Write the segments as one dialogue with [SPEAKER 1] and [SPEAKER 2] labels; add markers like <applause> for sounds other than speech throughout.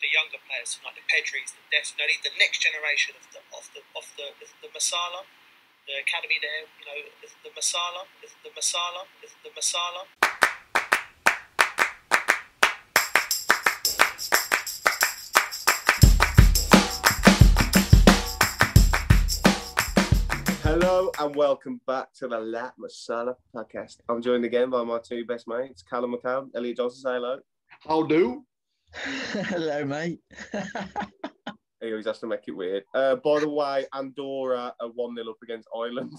[SPEAKER 1] the younger players, like the Pedris, the Def, you know, the, the next generation of the of the of the, the, the Masala, the academy there, you know, the, the Masala, the, the Masala, the, the Masala.
[SPEAKER 2] Hello and welcome back to the Lat Masala podcast. I'm joined again by my two best mates, Callum McCown, Elliot Johnson. Say hello.
[SPEAKER 3] How do?
[SPEAKER 4] Hello, mate. <laughs>
[SPEAKER 2] He always has to make it weird. Uh, by the way, Andorra are 1 0 up against Ireland.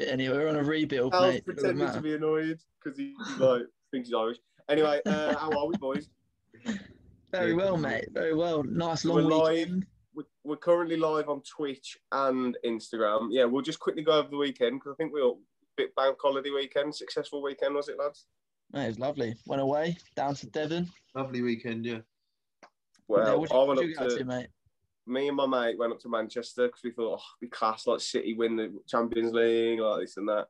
[SPEAKER 4] anyway, we're on a rebuild,
[SPEAKER 2] I was
[SPEAKER 4] Oh, mate. It doesn't
[SPEAKER 2] pretending to
[SPEAKER 4] matter.
[SPEAKER 2] be annoyed because he like, thinks he's Irish. Anyway, uh, how are we, boys?
[SPEAKER 4] Very well, mate. Very well. Nice long
[SPEAKER 2] We're live.
[SPEAKER 4] weekend.
[SPEAKER 2] We're, we're currently live on Twitch and Instagram. Yeah, we'll just quickly go over the weekend because I think we all bit bank holiday weekend, successful weekend, was it, lads?
[SPEAKER 4] Mate, it was lovely. Went away down to Devon.
[SPEAKER 3] Lovely weekend, yeah.
[SPEAKER 4] Yeah,
[SPEAKER 2] Well,
[SPEAKER 4] what did-
[SPEAKER 2] I
[SPEAKER 4] what
[SPEAKER 2] went
[SPEAKER 4] did you
[SPEAKER 2] up
[SPEAKER 4] get
[SPEAKER 2] to,
[SPEAKER 4] up to, mate?
[SPEAKER 2] me and my mate went up to Manchester because we thought, oh, it'd be class, like City win the Champions League, like this and that.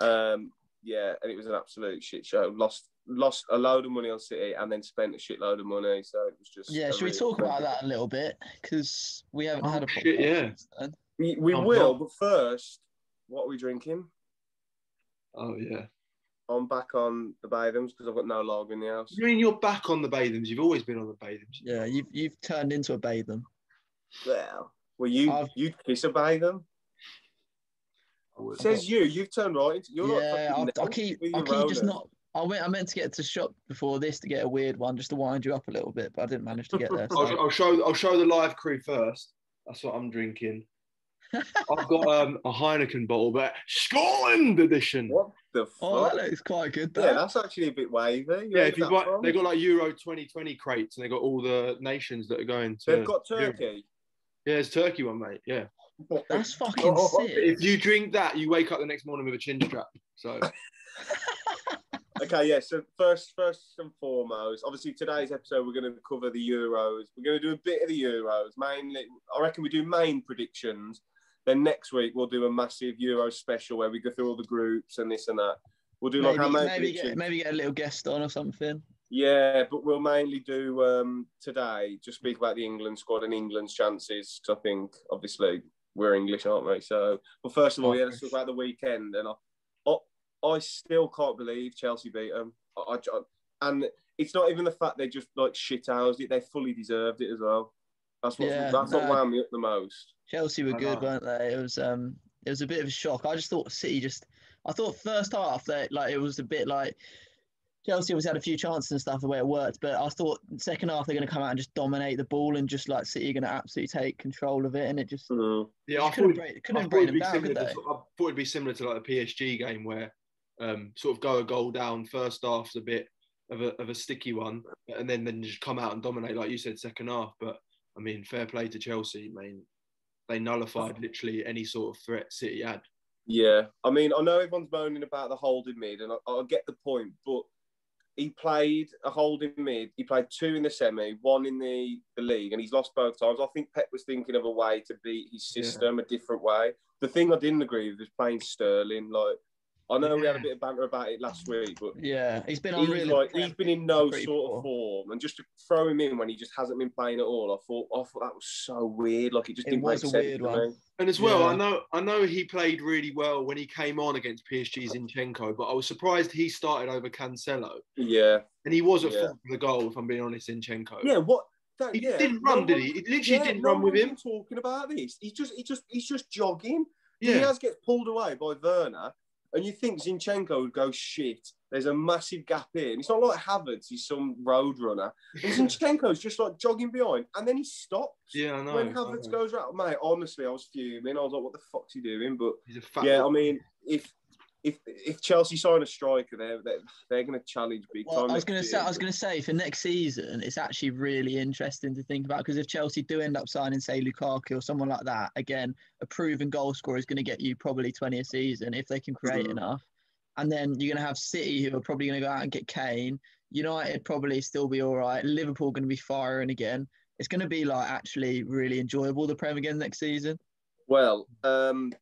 [SPEAKER 2] Um, yeah, and it was an absolute shit show. Lost lost a load of money on City and then spent a shitload of money. So it was just.
[SPEAKER 4] Yeah,
[SPEAKER 2] a
[SPEAKER 4] should we
[SPEAKER 2] real-
[SPEAKER 4] talk about that a little bit? Because we haven't had a proper
[SPEAKER 3] Oh, shit, yeah.
[SPEAKER 4] podcast then.
[SPEAKER 2] We, we
[SPEAKER 3] Oh,
[SPEAKER 2] will,
[SPEAKER 3] God.
[SPEAKER 2] but first, what are we drinking?
[SPEAKER 3] Oh yeah.
[SPEAKER 2] I'm back on the Badums because I've got no lager in the house.
[SPEAKER 3] You mean you're back on the Bathams? You've always been on the Bathams.
[SPEAKER 4] Yeah, you've you've turned into a Batham.
[SPEAKER 2] Well, well, you
[SPEAKER 4] I've-
[SPEAKER 2] you kiss a Badum.
[SPEAKER 3] I would.
[SPEAKER 2] Says you, you've turned right. Into, you're not
[SPEAKER 4] yeah,
[SPEAKER 2] fucking
[SPEAKER 4] I, I
[SPEAKER 2] knackered
[SPEAKER 4] keep
[SPEAKER 2] with
[SPEAKER 4] I
[SPEAKER 2] your
[SPEAKER 4] keep just
[SPEAKER 2] Rona.
[SPEAKER 4] not. I went. I meant to get to shop before this to get a weird one, just to wind you up a little bit, but I didn't manage to get there.
[SPEAKER 3] I'll,
[SPEAKER 4] so-
[SPEAKER 2] <laughs> Oh,
[SPEAKER 3] I'll show. I'll show the live crew first. That's what
[SPEAKER 2] <laughs>
[SPEAKER 3] I'm drinking. I've got um, a Heineken bottle, but Scotland edition.
[SPEAKER 2] What the fuck?
[SPEAKER 4] Oh, that looks quite good. Though.
[SPEAKER 2] yeah, that's actually a bit wavy.
[SPEAKER 3] Yeah,
[SPEAKER 2] Where's
[SPEAKER 3] if you
[SPEAKER 2] that
[SPEAKER 3] buy,
[SPEAKER 2] from?
[SPEAKER 3] they got like Euro 2020 crates, and they got all the nations that are going to.
[SPEAKER 2] They've got
[SPEAKER 3] Europe.
[SPEAKER 2] turkey.
[SPEAKER 3] Yeah, it's Turkey one, mate. Yeah.
[SPEAKER 4] That's fucking
[SPEAKER 2] <laughs> Oh,
[SPEAKER 4] sick.
[SPEAKER 3] If you drink that, you wake up the next morning with a chin strap.
[SPEAKER 2] <laughs>
[SPEAKER 3] So <laughs>
[SPEAKER 2] Okay, yeah. So first, first and foremost, obviously today's episode we're going to cover the Euros. We're going to do a bit of the Euros. Mainly, I reckon we do main predictions. Then next week we'll do a massive Euro special where we go through all the groups and this and that. We'll do
[SPEAKER 4] Maybe,
[SPEAKER 2] like our main
[SPEAKER 4] maybe,
[SPEAKER 2] predictions.
[SPEAKER 4] get, maybe get a little guest on or something.
[SPEAKER 2] Yeah, but we'll mainly do um, today just speak about the England squad and England's chances. 'cause I think obviously we're English, aren't we? So, but first of all, yeah, let's talk about the weekend. And I, I, I still can't believe Chelsea beat them. I, I- I- and it's not even the fact they just like shit housed it; they fully deserved it as well. That's what
[SPEAKER 4] Yeah,
[SPEAKER 2] that's what
[SPEAKER 4] no.
[SPEAKER 2] wound me up the most.
[SPEAKER 4] Chelsea were
[SPEAKER 3] I
[SPEAKER 4] good,
[SPEAKER 3] know.
[SPEAKER 4] weren't they? It was um, it was a bit of a shock. I just thought City just. I thought first half that like it was a bit like Chelsea always had a few chances and stuff the way it worked, but I thought second half they're going to come out and just dominate the ball and just like City are going to absolutely take control of it and it just.
[SPEAKER 2] Mm.
[SPEAKER 3] yeah,
[SPEAKER 4] you
[SPEAKER 3] I
[SPEAKER 4] couldn't
[SPEAKER 3] thought
[SPEAKER 4] break,
[SPEAKER 3] I
[SPEAKER 4] couldn't
[SPEAKER 3] thought
[SPEAKER 4] break
[SPEAKER 3] it'd
[SPEAKER 4] them
[SPEAKER 3] be
[SPEAKER 4] down,
[SPEAKER 3] similar
[SPEAKER 4] could
[SPEAKER 3] to,
[SPEAKER 4] they?
[SPEAKER 3] I thought it'd be similar to like the PSG game where um, sort of go a goal down first half's a bit of a, of a sticky one, and then then just come out and dominate like you said second half. But I mean, fair play to Chelsea. I mean, they nullified literally any sort of threat City had.
[SPEAKER 2] Yeah, I mean, I know everyone's moaning about the holding mid, and I, I get the point, but he played a holding mid. He played two in the semi, one in the, the league, and he's lost both times. I think Pep was thinking of a way to beat his
[SPEAKER 3] Yeah.
[SPEAKER 2] system a different way. The thing I didn't agree with was playing Sterling. Like, I know we had a
[SPEAKER 3] Yeah.
[SPEAKER 2] bit of banter about it last week, but
[SPEAKER 4] Yeah, he's been
[SPEAKER 2] he's,
[SPEAKER 4] unreal. in the
[SPEAKER 2] like,
[SPEAKER 4] Prem.
[SPEAKER 2] he's been in no
[SPEAKER 4] pretty
[SPEAKER 2] sort
[SPEAKER 4] poor.
[SPEAKER 2] of form, and just to throw him in when he just hasn't been playing at all, I thought, I thought that was so weird. Like, it just
[SPEAKER 4] It
[SPEAKER 2] didn't
[SPEAKER 4] was
[SPEAKER 2] make
[SPEAKER 4] a
[SPEAKER 2] sense.
[SPEAKER 4] weird
[SPEAKER 2] to
[SPEAKER 4] one.
[SPEAKER 2] me.
[SPEAKER 3] And as well, I
[SPEAKER 4] Yeah.
[SPEAKER 3] know I know he played really well when he came on against PSG Zinchenko, but I was surprised he started over Cancelo,
[SPEAKER 2] Yeah,
[SPEAKER 3] and he was at
[SPEAKER 2] Yeah.
[SPEAKER 3] fault for the goal. If I'm being honest, Zinchenko.
[SPEAKER 2] yeah. What? that-
[SPEAKER 3] He
[SPEAKER 2] yeah,
[SPEAKER 3] didn't
[SPEAKER 2] no
[SPEAKER 3] run, did
[SPEAKER 2] one-
[SPEAKER 3] he? He literally
[SPEAKER 2] Yeah,
[SPEAKER 3] didn't
[SPEAKER 2] no
[SPEAKER 3] run with
[SPEAKER 2] one's
[SPEAKER 3] him.
[SPEAKER 2] Talking about this, he just, he just, he's just jogging.
[SPEAKER 3] Yeah.
[SPEAKER 2] Diaz gets pulled away by Werner, and you think Zinchenko would go shit. There's a massive gap in. It's not like Havertz, he's some road runner. And Zinchenko's just like jogging behind, and then he stops.
[SPEAKER 3] Yeah, I know. Oh.
[SPEAKER 2] when
[SPEAKER 3] I
[SPEAKER 2] Havertz
[SPEAKER 3] know.
[SPEAKER 2] goes out, mate, honestly, I was fuming. I was like, "What the fuck's he doing?" But
[SPEAKER 3] He's a fat
[SPEAKER 2] yeah, I mean, if if if Chelsea sign a striker, they're they're, they're going to challenge big
[SPEAKER 4] Well,
[SPEAKER 2] time.
[SPEAKER 4] I
[SPEAKER 2] next
[SPEAKER 4] was going to say,
[SPEAKER 2] year.
[SPEAKER 4] I was going to say for next season, it's actually really interesting to think about because if Chelsea do end up signing, say Lukaku or someone like that, again, a proven goal scorer is going to get you probably 20 a season if they can create
[SPEAKER 2] Mhm.
[SPEAKER 4] enough. And then you're going to have City who are probably going to go out and get Kane. United probably still be all right. Liverpool going to be firing again. It's going to be like actually really enjoyable the Prem again next season. <laughs>
[SPEAKER 2] Well, um,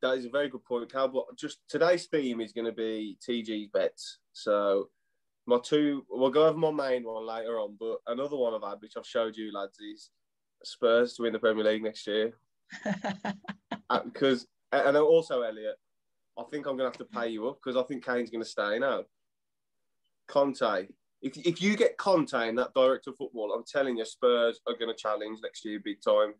[SPEAKER 2] that is a very good point, Cal. But just today's theme is going to be TG's bets. So my two. We'll go over my main one later on, but another one I've had, which I've showed you lads, is Spurs to win the Premier League next year. Because and also Elliot, I think I'm gonna have to pay you up because I think Kane's gonna stay now. Conte, if if you get Conte in that director of football, I'm telling you, Spurs are gonna challenge next year big time.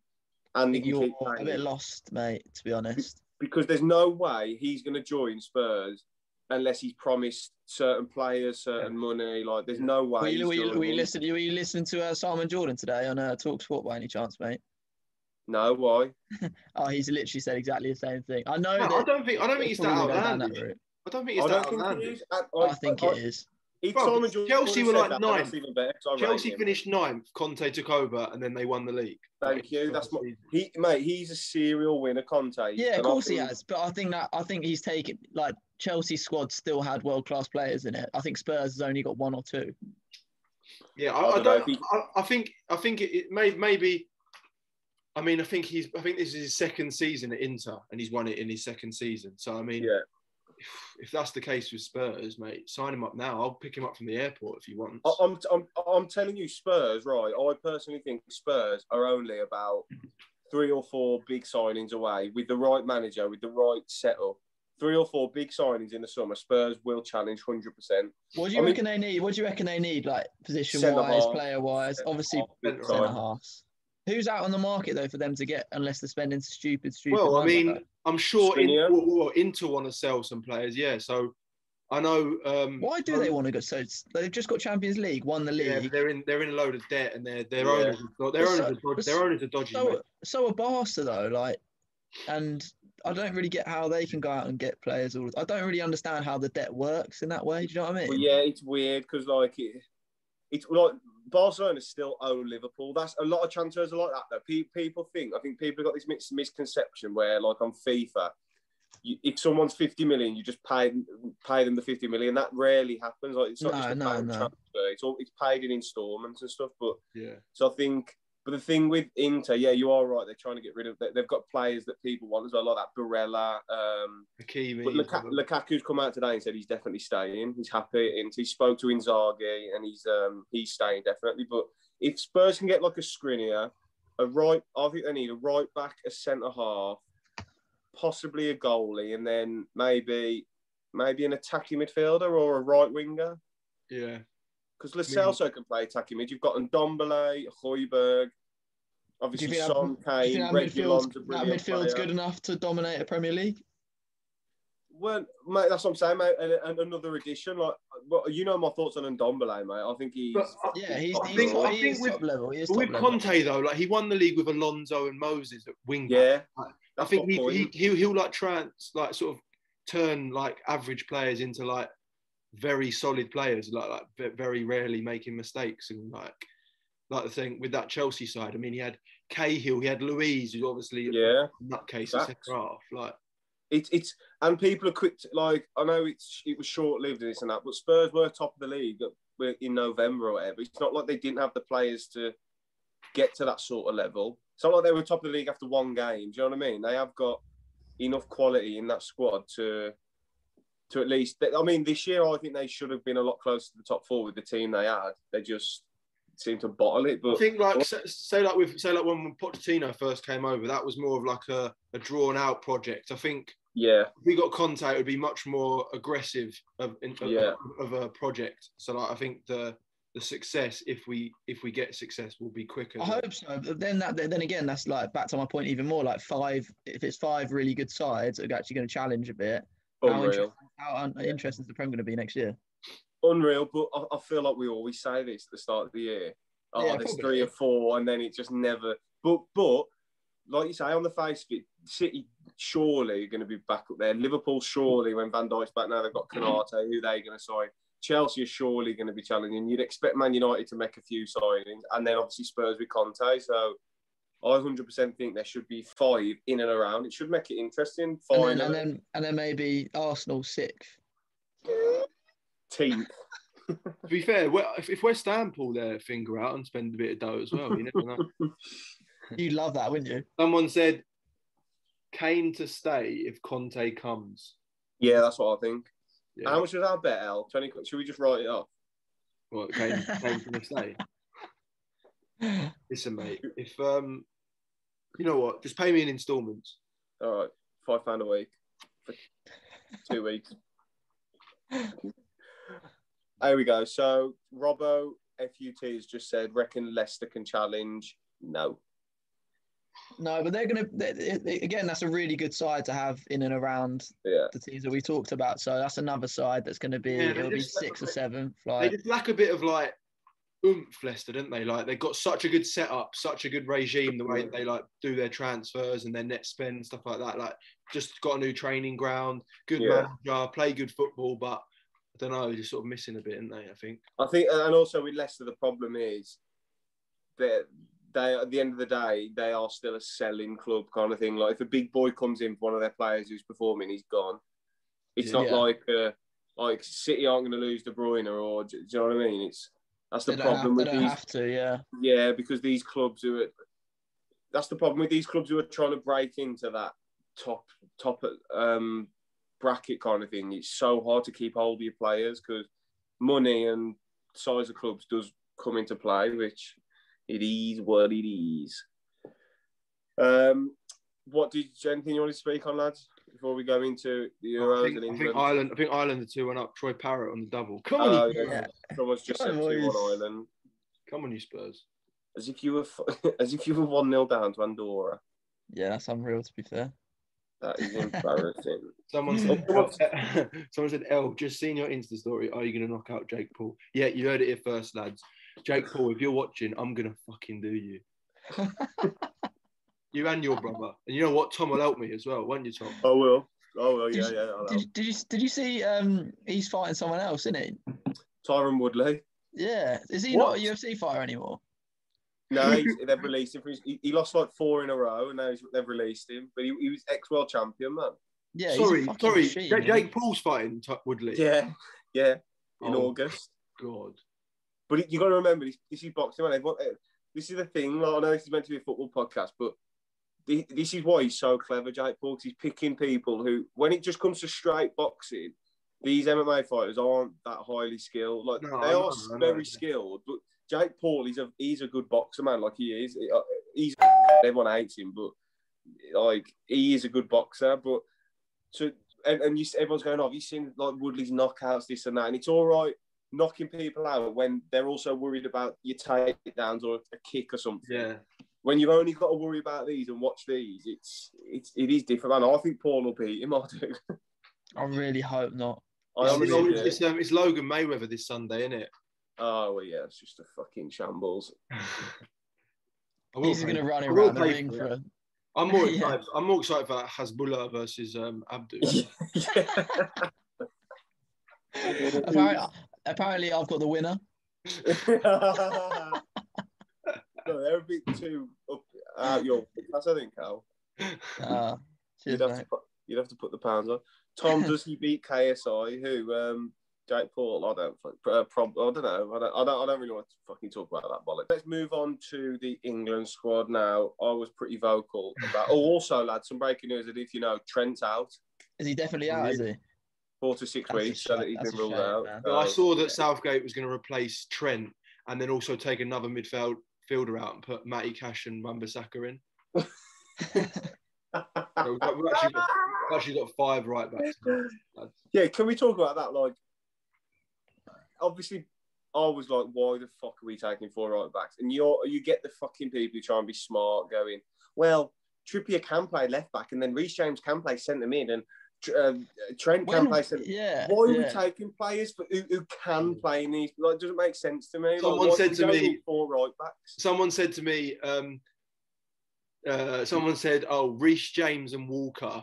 [SPEAKER 2] And they can
[SPEAKER 4] You're
[SPEAKER 2] keep
[SPEAKER 4] a
[SPEAKER 2] playing.
[SPEAKER 4] bit lost, mate. To be honest,
[SPEAKER 2] because there's no way he's going to join Spurs unless he's promised certain players certain money. Like, there's no way.
[SPEAKER 4] were you,
[SPEAKER 2] he's
[SPEAKER 4] were you,
[SPEAKER 2] joining.
[SPEAKER 4] were you listening? Were you listening to uh, Simon Jordan today on uh, Talk Sport by any chance, mate?
[SPEAKER 2] No, why?
[SPEAKER 4] Oh, he's literally said exactly the same thing. I know
[SPEAKER 3] No, I
[SPEAKER 4] that.
[SPEAKER 3] don't think I don't think
[SPEAKER 4] he's
[SPEAKER 3] it's that
[SPEAKER 4] probably gonna go down
[SPEAKER 3] outlandish.
[SPEAKER 4] that route.
[SPEAKER 3] I don't think
[SPEAKER 2] I
[SPEAKER 3] it's that
[SPEAKER 2] don't think he
[SPEAKER 3] outlandish.
[SPEAKER 2] is. I,
[SPEAKER 4] I think it
[SPEAKER 2] I-
[SPEAKER 4] is.
[SPEAKER 2] if
[SPEAKER 3] Bro,
[SPEAKER 2] Simon Jordan
[SPEAKER 3] Chelsea were
[SPEAKER 2] said
[SPEAKER 3] like
[SPEAKER 2] that, then
[SPEAKER 3] ninth.
[SPEAKER 2] that's even better, 'cause I rate
[SPEAKER 3] Chelsea
[SPEAKER 2] him.
[SPEAKER 3] finished ninth. Conte took over, and then they won the league.
[SPEAKER 2] Thank you, that's my- He, mate, he's a serial winner, Conte.
[SPEAKER 4] Yeah,
[SPEAKER 2] And
[SPEAKER 4] of
[SPEAKER 2] I
[SPEAKER 4] course he
[SPEAKER 2] think-
[SPEAKER 4] has. But I think that I think he's taken like Chelsea squad still had world class players in it. I think Spurs has only got one or two.
[SPEAKER 3] Yeah,
[SPEAKER 2] I
[SPEAKER 3] I, I
[SPEAKER 2] don't know
[SPEAKER 3] don't.
[SPEAKER 2] if he-
[SPEAKER 3] I, I think. I think it, it may, maybe. I mean, I think he's. I think this is his second season at Inter, and he's won it in his second season. So I mean,
[SPEAKER 2] Yeah.
[SPEAKER 3] if that's the case with Spurs, mate, sign him up now. I'll pick him up from the airport if you want.
[SPEAKER 2] I- I'm, I'm, I'm telling you, Spurs, right? I personally think Spurs are only about three or four big signings away with the right manager, with the right setup. Three or four big signings in the summer, Spurs will challenge 100%.
[SPEAKER 4] What do you
[SPEAKER 2] I mean-
[SPEAKER 4] reckon they need? What do you reckon they need? Like position wise,
[SPEAKER 2] Centre-half,
[SPEAKER 4] player wise, obviously
[SPEAKER 2] Big
[SPEAKER 3] centre-half.
[SPEAKER 4] centre
[SPEAKER 2] time.
[SPEAKER 4] halves. Who's out on the market though for them to get unless they're spending stupid, stupid?
[SPEAKER 3] Well, I
[SPEAKER 4] money like
[SPEAKER 3] mean,
[SPEAKER 4] that?
[SPEAKER 3] I'm sure in,
[SPEAKER 2] Skriniar.
[SPEAKER 3] well, well, Inter want to sell some players. Yeah, so I know. Um,
[SPEAKER 4] why do they want to go? So it's- they've just got Champions League, won the
[SPEAKER 3] Yeah,
[SPEAKER 4] league.
[SPEAKER 3] but they're in. They're in a load of debt, and their their
[SPEAKER 2] Yeah.
[SPEAKER 3] owners. are- Their
[SPEAKER 4] But
[SPEAKER 3] owners.
[SPEAKER 4] so-
[SPEAKER 3] are dod-
[SPEAKER 4] but
[SPEAKER 3] their
[SPEAKER 4] so-
[SPEAKER 3] owners are dodgy. mate.
[SPEAKER 4] so so are Barca though, like, and I don't really get how they can go out and get players. All I don't really understand how the debt works in that way. Do you know what I mean?
[SPEAKER 2] Well, yeah, it's weird because like it, it's like Barcelona still owe Liverpool. That's a lot of transfers are like that though. Pe- people think I think people have got this mis- misconception where like on FIFA, you, if someone's fifty million, you just pay pay them the fifty million. That rarely happens. Like it's not
[SPEAKER 4] No,
[SPEAKER 2] just a
[SPEAKER 4] no,
[SPEAKER 2] bank
[SPEAKER 4] no.
[SPEAKER 2] transfer. It's all it's paid in instalments and stuff. But
[SPEAKER 3] Yeah.
[SPEAKER 2] so I think. But the thing with Inter, yeah, you are right. They're trying to get rid of. they- They've got players that people want as well, like that Barella, um,
[SPEAKER 3] Hakimi.
[SPEAKER 2] but Luka- Lukaku's come out today and said he's definitely staying. He's happy, and he spoke to Inzaghi, and he's um, he's staying definitely. But if Spurs can get like a Skriniar, a right, I think they need a right back, a centre half, possibly a goalie, and then maybe maybe an attacking midfielder or a right winger.
[SPEAKER 3] yeah.
[SPEAKER 2] Because Lacelso can play attacking mid. You've got Ndombele, Hoiberg, obviously
[SPEAKER 4] think that-
[SPEAKER 2] Son,
[SPEAKER 4] Do you
[SPEAKER 2] Kane,
[SPEAKER 4] think that
[SPEAKER 2] Regulon's
[SPEAKER 4] midfield's,
[SPEAKER 2] a
[SPEAKER 4] that
[SPEAKER 2] brilliant player.
[SPEAKER 4] midfield's good enough to dominate a Premier League?
[SPEAKER 2] Well, mate, that's what I'm saying, mate. And, and another addition, like, well, you know my thoughts on Ndombele, mate. I think he's.
[SPEAKER 3] But I-
[SPEAKER 4] Yeah, he's,
[SPEAKER 2] I
[SPEAKER 4] he's,
[SPEAKER 2] think-
[SPEAKER 4] top,
[SPEAKER 3] I
[SPEAKER 4] he is
[SPEAKER 3] think with-
[SPEAKER 4] top level. He is
[SPEAKER 3] But
[SPEAKER 4] top
[SPEAKER 3] with
[SPEAKER 4] level.
[SPEAKER 3] Conte though, like he won the league with Alonso and Moses at wing. back.
[SPEAKER 2] yeah,
[SPEAKER 3] I
[SPEAKER 2] that's
[SPEAKER 3] think
[SPEAKER 2] my
[SPEAKER 3] he,
[SPEAKER 2] point.
[SPEAKER 3] he he'll, he'll like try and like sort of turn like average players into like very solid players. Like like ve- very rarely making mistakes and like like the thing with that Chelsea side. I mean, he had Cahill, he had Louise, who's obviously a
[SPEAKER 2] yeah.
[SPEAKER 3] nutcase at
[SPEAKER 2] Facts.
[SPEAKER 3] centre half. Like
[SPEAKER 2] It's it's and people are quick. To, like I know it's it was short lived and this and that, but Spurs were top of the league at- in November or whatever. It's not like they didn't have the players to get to that sort of level. It's not like they were top of the league after one game. Do you know what I mean? They have got enough quality in that squad to to at least. I mean, this year I think they should have been a lot closer to the top four with the team they had. They just seem to bottle it.
[SPEAKER 3] I
[SPEAKER 2] But
[SPEAKER 3] think like say, say like with say like when Pochettino first came over, that was more of like a, a drawn out project. I think
[SPEAKER 2] yeah,
[SPEAKER 3] if we got Conte, it would be much more aggressive of, in, of,
[SPEAKER 2] Yeah.
[SPEAKER 3] of a project. So like, I think the the success, if we if we get success, will be quicker.
[SPEAKER 4] I hope so. But then that then again, that's like back to my point even more. Like five, if it's five really good sides, that are actually going to challenge a bit. How,
[SPEAKER 2] unreal.
[SPEAKER 4] interesting, how un- interesting is the Prem going to be next year?
[SPEAKER 2] unreal. But I, I feel like we always say this at the start of the year. Oh,
[SPEAKER 4] Yeah,
[SPEAKER 2] there's
[SPEAKER 4] probably.
[SPEAKER 2] three or four, and then it just never. But but like you say, on the face of it, City surely are going to be back up there. Liverpool surely when Van Dijk's back now, they've got
[SPEAKER 4] Mm-hmm.
[SPEAKER 2] Canate. Who they going to sign? Chelsea are surely going to be challenging. You'd expect Man United to make a few signings, and then obviously Spurs with Conte. So. I 100% think there should be five in and around. It should make it interesting.
[SPEAKER 4] And
[SPEAKER 2] Five
[SPEAKER 4] then, and then and then maybe
[SPEAKER 2] <laughs>
[SPEAKER 4] Arsenal sixth.
[SPEAKER 2] team.
[SPEAKER 3] To be fair, we- if, if West Ham pull their finger out and spend a bit of dough as well, you never
[SPEAKER 4] <laughs>
[SPEAKER 3] know.
[SPEAKER 4] You'd love that, wouldn't you?
[SPEAKER 3] Someone said Kane to stay if Conte comes.
[SPEAKER 2] Yeah, that's what I think.
[SPEAKER 3] Yeah.
[SPEAKER 2] How much was our bet, Al? 20, should we just write it off?
[SPEAKER 3] Well, it came, came from the state. Listen, mate, if um, you know what, just pay me in instalments.
[SPEAKER 2] All right, five pound a week for two weeks. There we go. So Robbo FUT has just said, reckon Leicester can challenge. No.
[SPEAKER 4] No, but they're going to, again, that's a really good side to have in and around
[SPEAKER 2] Yeah.
[SPEAKER 4] the teams that we talked about. So that's another side that's going to be,
[SPEAKER 3] Yeah, they
[SPEAKER 4] it'll be
[SPEAKER 3] just-
[SPEAKER 4] six or seven.
[SPEAKER 3] They
[SPEAKER 4] Like,
[SPEAKER 3] just lack a bit of like oomph, Leicester, don't they? Like they've got such a good setup, such a good regime, the way that they like do their transfers and their net spend stuff like that. Like just got a new training ground, good
[SPEAKER 2] Yeah.
[SPEAKER 3] manager, play good football, but I don't know, just sort of missing a bit, aren't they? I think.
[SPEAKER 2] I think, uh, and also with Leicester, the problem is that they, at the end of the day, they are still a selling club kind of thing. Like if a big boy comes in for one of their players who's performing, he's gone. It's not
[SPEAKER 4] Yeah.
[SPEAKER 2] like uh, like City aren't going to lose De Bruyne or do, do you know what I mean? It's that's the
[SPEAKER 4] they don't,
[SPEAKER 2] problem
[SPEAKER 4] have, they
[SPEAKER 2] with
[SPEAKER 4] don't
[SPEAKER 2] these.
[SPEAKER 4] have to, yeah.
[SPEAKER 2] Yeah, because these clubs who are that's the problem with these clubs who are trying to break into that top top um, bracket kind of thing. It's so hard to keep hold of your players because money and size of clubs does come into play, which it is what it is. Um, what did is there anything you want to speak on, lads? Before we go into the Euros
[SPEAKER 3] I think,
[SPEAKER 2] and
[SPEAKER 3] I
[SPEAKER 2] England,
[SPEAKER 3] think Ireland. I think Ireland are two one up. Troy Parrott on the double. Come on,
[SPEAKER 2] Oh,
[SPEAKER 3] you
[SPEAKER 2] yeah.
[SPEAKER 3] Spurs.
[SPEAKER 2] someone's just said
[SPEAKER 4] Come
[SPEAKER 2] two
[SPEAKER 4] on,
[SPEAKER 2] on
[SPEAKER 4] boys.
[SPEAKER 2] Ireland,
[SPEAKER 3] come on, you Spurs.
[SPEAKER 2] as if you were <laughs> f- as if you were one 0 down to Andorra.
[SPEAKER 4] Yeah, that's unreal to be fair.
[SPEAKER 2] That is <laughs> embarrassing.
[SPEAKER 3] Someone said,
[SPEAKER 4] Mm.
[SPEAKER 3] "Oh, <laughs> someone said, "L, just seen your Insta story. Are you going to knock out Jake Paul? Yeah, you heard it here first, lads. Jake Paul, if you're watching, I'm going to fucking do
[SPEAKER 4] <laughs>
[SPEAKER 3] you. you and your brother. And you know what? Tom will help me as well, won't you, Tom?
[SPEAKER 2] I will. I will. Oh, Yeah,
[SPEAKER 4] Did-
[SPEAKER 2] yeah. I'll help.
[SPEAKER 4] Did, did you did you see um he's fighting someone else, isn't it?
[SPEAKER 2] Tyron Woodley.
[SPEAKER 4] Yeah. Is he not
[SPEAKER 2] What?
[SPEAKER 4] a UFC fighter anymore?
[SPEAKER 2] No, he's, they've released him. from his- He, he lost like four in a row, and now he's, they've released him. But he, he was ex world champion, man.
[SPEAKER 4] Yeah, he's a
[SPEAKER 3] sorry,
[SPEAKER 4] fucking
[SPEAKER 3] sorry.
[SPEAKER 4] machine,
[SPEAKER 3] Ja-
[SPEAKER 4] eh? man.
[SPEAKER 3] Jake Paul's fighting T- Woodley.
[SPEAKER 2] Yeah, yeah. In
[SPEAKER 3] Oh.
[SPEAKER 2] August,
[SPEAKER 3] God.
[SPEAKER 2] but you got to remember this, this is boxing, man. Everyone- eh, This is the thing. Like, I know this is meant to be a football podcast, but thi- this is why he's so clever, Jake Paul. 'cause He's picking people who, when it just comes to straight boxing, these MMA fighters aren't that highly skilled. Like
[SPEAKER 3] No,
[SPEAKER 2] they
[SPEAKER 3] I
[SPEAKER 2] are
[SPEAKER 3] know, I know.
[SPEAKER 2] very skilled, but Jake Paul, he's a he's a good boxer, man. Like he is. He's everyone hates him, but like he is a good boxer. But so and, and you everyone's going, oh, have you seen like Woodley's knockouts, this and that? And it's all right knocking people out when they're also worried about your takedowns or a kick or something
[SPEAKER 3] Yeah.
[SPEAKER 2] when you've only got to worry about these and watch these, it's it's it is different. Man, I think Paul will beat him. <laughs> I do.
[SPEAKER 4] I really hope not.
[SPEAKER 2] I
[SPEAKER 3] It's,
[SPEAKER 2] honestly
[SPEAKER 3] it's,
[SPEAKER 2] do.
[SPEAKER 3] it's, um, it's Logan Mayweather this Sunday, isn't it?
[SPEAKER 2] Oh well, yeah, it's just a fucking shambles.
[SPEAKER 4] <laughs>
[SPEAKER 2] <laughs>
[SPEAKER 4] He's gonna run
[SPEAKER 3] I
[SPEAKER 4] him
[SPEAKER 3] will
[SPEAKER 4] around the
[SPEAKER 3] pay
[SPEAKER 4] ring
[SPEAKER 3] for
[SPEAKER 4] for
[SPEAKER 3] it.
[SPEAKER 4] a
[SPEAKER 3] I'm more
[SPEAKER 4] <laughs> Yeah.
[SPEAKER 3] excited. I'm more excited for Hasbullah versus um, Abdul.
[SPEAKER 4] <laughs> apparently, <laughs> apparently I've got the
[SPEAKER 2] <laughs>
[SPEAKER 4] winner.
[SPEAKER 2] no, they're a bit too up out your. That's I think Cal.
[SPEAKER 4] Uh,
[SPEAKER 2] You'd
[SPEAKER 4] cheers,
[SPEAKER 2] have, to
[SPEAKER 4] mate.
[SPEAKER 2] put, you'd have to put the pounds on.
[SPEAKER 4] <laughs>
[SPEAKER 2] Tom, does he beat KSI? Who? Um, Jake Paul? I don't. fuck- Uh, prob- I don't know. I don't, I don't. I don't really want to fucking talk about that bollocks. Let's move on to the England squad now. I was pretty vocal about. oh, also, lads, some breaking news. That if you know, Trent's out
[SPEAKER 4] Is he definitely out? Is he?
[SPEAKER 2] four to six
[SPEAKER 4] That's a
[SPEAKER 2] weeks, so that
[SPEAKER 4] shame-
[SPEAKER 2] he's
[SPEAKER 4] that's
[SPEAKER 2] been
[SPEAKER 4] a
[SPEAKER 2] ruled
[SPEAKER 4] shame,
[SPEAKER 2] out.
[SPEAKER 4] man.
[SPEAKER 3] But I
[SPEAKER 2] Um,
[SPEAKER 3] saw that Southgate was going to replace Trent and then also take another midfield fielder out and put Matty Cash and Wambasaka in. So we've, we've actually <laughs> got, we've actually got five right backs. now.
[SPEAKER 2] yeah, can we talk about that? Like, obviously, I was like, why the fuck are we taking four right backs? And you are you get the fucking people who try and be smart going, well, Trippier can play left back, and then Reece James can play centre mid, and Tr- uh, Trent can
[SPEAKER 4] When,
[SPEAKER 2] play centre.
[SPEAKER 4] yeah.
[SPEAKER 2] Why are we
[SPEAKER 4] yeah.
[SPEAKER 2] taking players for, who, who can play in these? Like, doesn't make sense to me. Like,
[SPEAKER 3] Someone
[SPEAKER 2] why-
[SPEAKER 3] said
[SPEAKER 2] we
[SPEAKER 3] to
[SPEAKER 2] don't
[SPEAKER 3] me-
[SPEAKER 2] need four right backs.
[SPEAKER 3] Someone said to me, um, uh, someone said, oh, Reece James and Walker